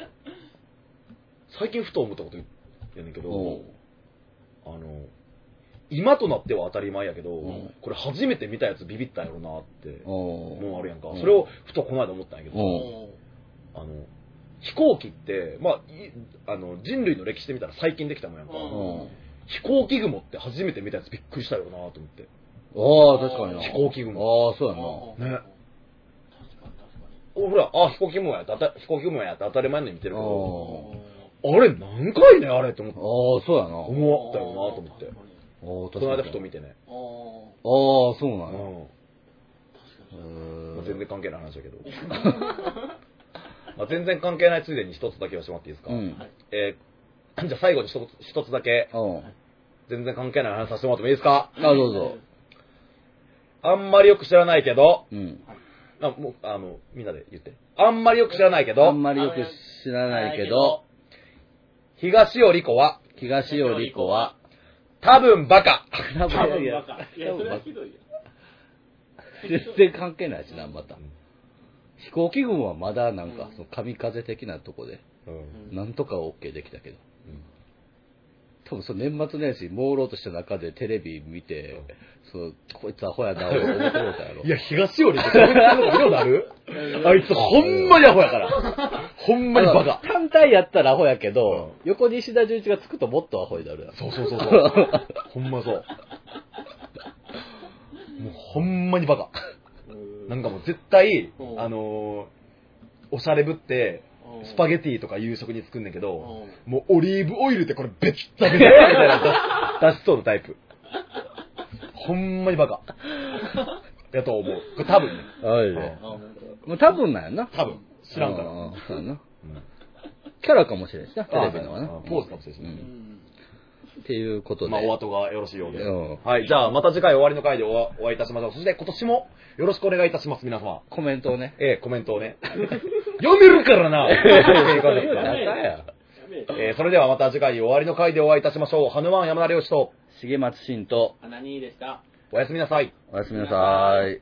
Speaker 1: 最近ふと思ったことやねんけ
Speaker 2: お
Speaker 1: ど、あの、今となっては当たり前やけど、
Speaker 2: ん
Speaker 1: これ初めて見たやつビビったやろなって
Speaker 2: お
Speaker 1: もうあるやんか、
Speaker 2: うん
Speaker 1: それをふとこの間思ったんやけど、
Speaker 2: お
Speaker 1: あの飛行機って、まあ、いあの人類の歴史で見たら最近できたもんやんか、
Speaker 3: うん
Speaker 1: 飛行機雲って初めて見たやつびっくりしたよなと思って
Speaker 2: ああ、確かにな。
Speaker 1: 飛行機雲
Speaker 2: ああ、そうやな。
Speaker 3: うん
Speaker 1: ね
Speaker 3: 確かに確かに
Speaker 1: おほらあ飛行機雲やって当た飛行機雲やって当たり前のように見てるけ
Speaker 2: う
Speaker 1: ど
Speaker 2: ん
Speaker 1: あれ何回ねあれと思っ
Speaker 2: ああ
Speaker 1: て、
Speaker 2: そうやな。あ
Speaker 1: 思ったよなと思って
Speaker 3: あ
Speaker 2: あ、
Speaker 1: こ
Speaker 2: 確
Speaker 1: の
Speaker 2: かに。
Speaker 1: 間ふと見てね、
Speaker 3: あー
Speaker 2: ああ、そうな
Speaker 1: うん
Speaker 2: や。
Speaker 3: 確か
Speaker 2: へ
Speaker 3: に
Speaker 2: ー
Speaker 1: まあ全然関係ない話だけどまあ全然関係ないついでに一つだけはしてもらっていいですか、
Speaker 2: うん。
Speaker 1: えーじゃあ最後に一つ一つだけ
Speaker 2: うん。
Speaker 1: 全然関係ない話させてもらってもいいですか
Speaker 2: あどうぞ。
Speaker 1: あんまりよく知らないけど、
Speaker 2: うん。
Speaker 1: あ、もう、あの、みんなで言って。あんまりよく知らないけ
Speaker 2: あ
Speaker 1: ど
Speaker 2: ん、まりよく知らないけど、
Speaker 1: 東より子は、
Speaker 2: 東より子は、
Speaker 1: 多分バカ。
Speaker 2: 多
Speaker 3: 多分バカいや
Speaker 2: 多分
Speaker 3: それ
Speaker 2: バ
Speaker 3: は
Speaker 2: カ
Speaker 3: ひどいよ
Speaker 2: 全然関係ないしな、また
Speaker 1: うん。
Speaker 2: 飛行機群はまだなんか
Speaker 3: うん、
Speaker 2: その神風的なとこで、
Speaker 1: うん。
Speaker 3: うん
Speaker 2: なんとか OK できたけど。多分その年末年始、朦朧とした中でテレビ見て、そのこいつアホやな、思ってもうたやろ。
Speaker 1: いや、東よりってこんなこと色なるあいつほんまにアホやから。ほんまにバカ
Speaker 2: あ。の単体やったらアホやけど、横に石田純一がつくともっとアホになるやん。
Speaker 1: そうそうそうそう。 ほんまそう。もうほんまにバカ。なんかもう絶対
Speaker 3: う、ん
Speaker 1: あのー、おしゃれぶって、スパゲティとか夕食に作んねんけど、もうオリーブオイルってこれベッタベタみたいなの出し出しそうなタイプ。ほんまにバカ。やと思う。これ多分ね。
Speaker 2: はい
Speaker 1: ね
Speaker 2: もう多分なんやな。
Speaker 1: 多分。知らんから。
Speaker 2: うんそうやな。
Speaker 1: うん
Speaker 2: キャラかもしれんしな、テ
Speaker 1: あ
Speaker 2: レビのはな
Speaker 1: あ。ポーズかもしれんし
Speaker 2: う
Speaker 1: ね
Speaker 2: っていうことで。
Speaker 1: まあ、お後がよろしいようで。
Speaker 2: うん
Speaker 1: はい、じゃあ、また次回終わりの回でお会お会いいたしましょう。そして、今年もよろしくお願いいたします、皆様。
Speaker 2: コメントをね。
Speaker 1: えー、コメントを ね。読めるからな
Speaker 2: なん
Speaker 3: や
Speaker 2: だよ
Speaker 1: えー、それではまた次回終わりの回でお会いいたしましょう。ハヌマン山田良志と、
Speaker 2: 重松慎と、
Speaker 3: 花にでした。
Speaker 1: おやすみなさい。
Speaker 2: おやすみなさーい。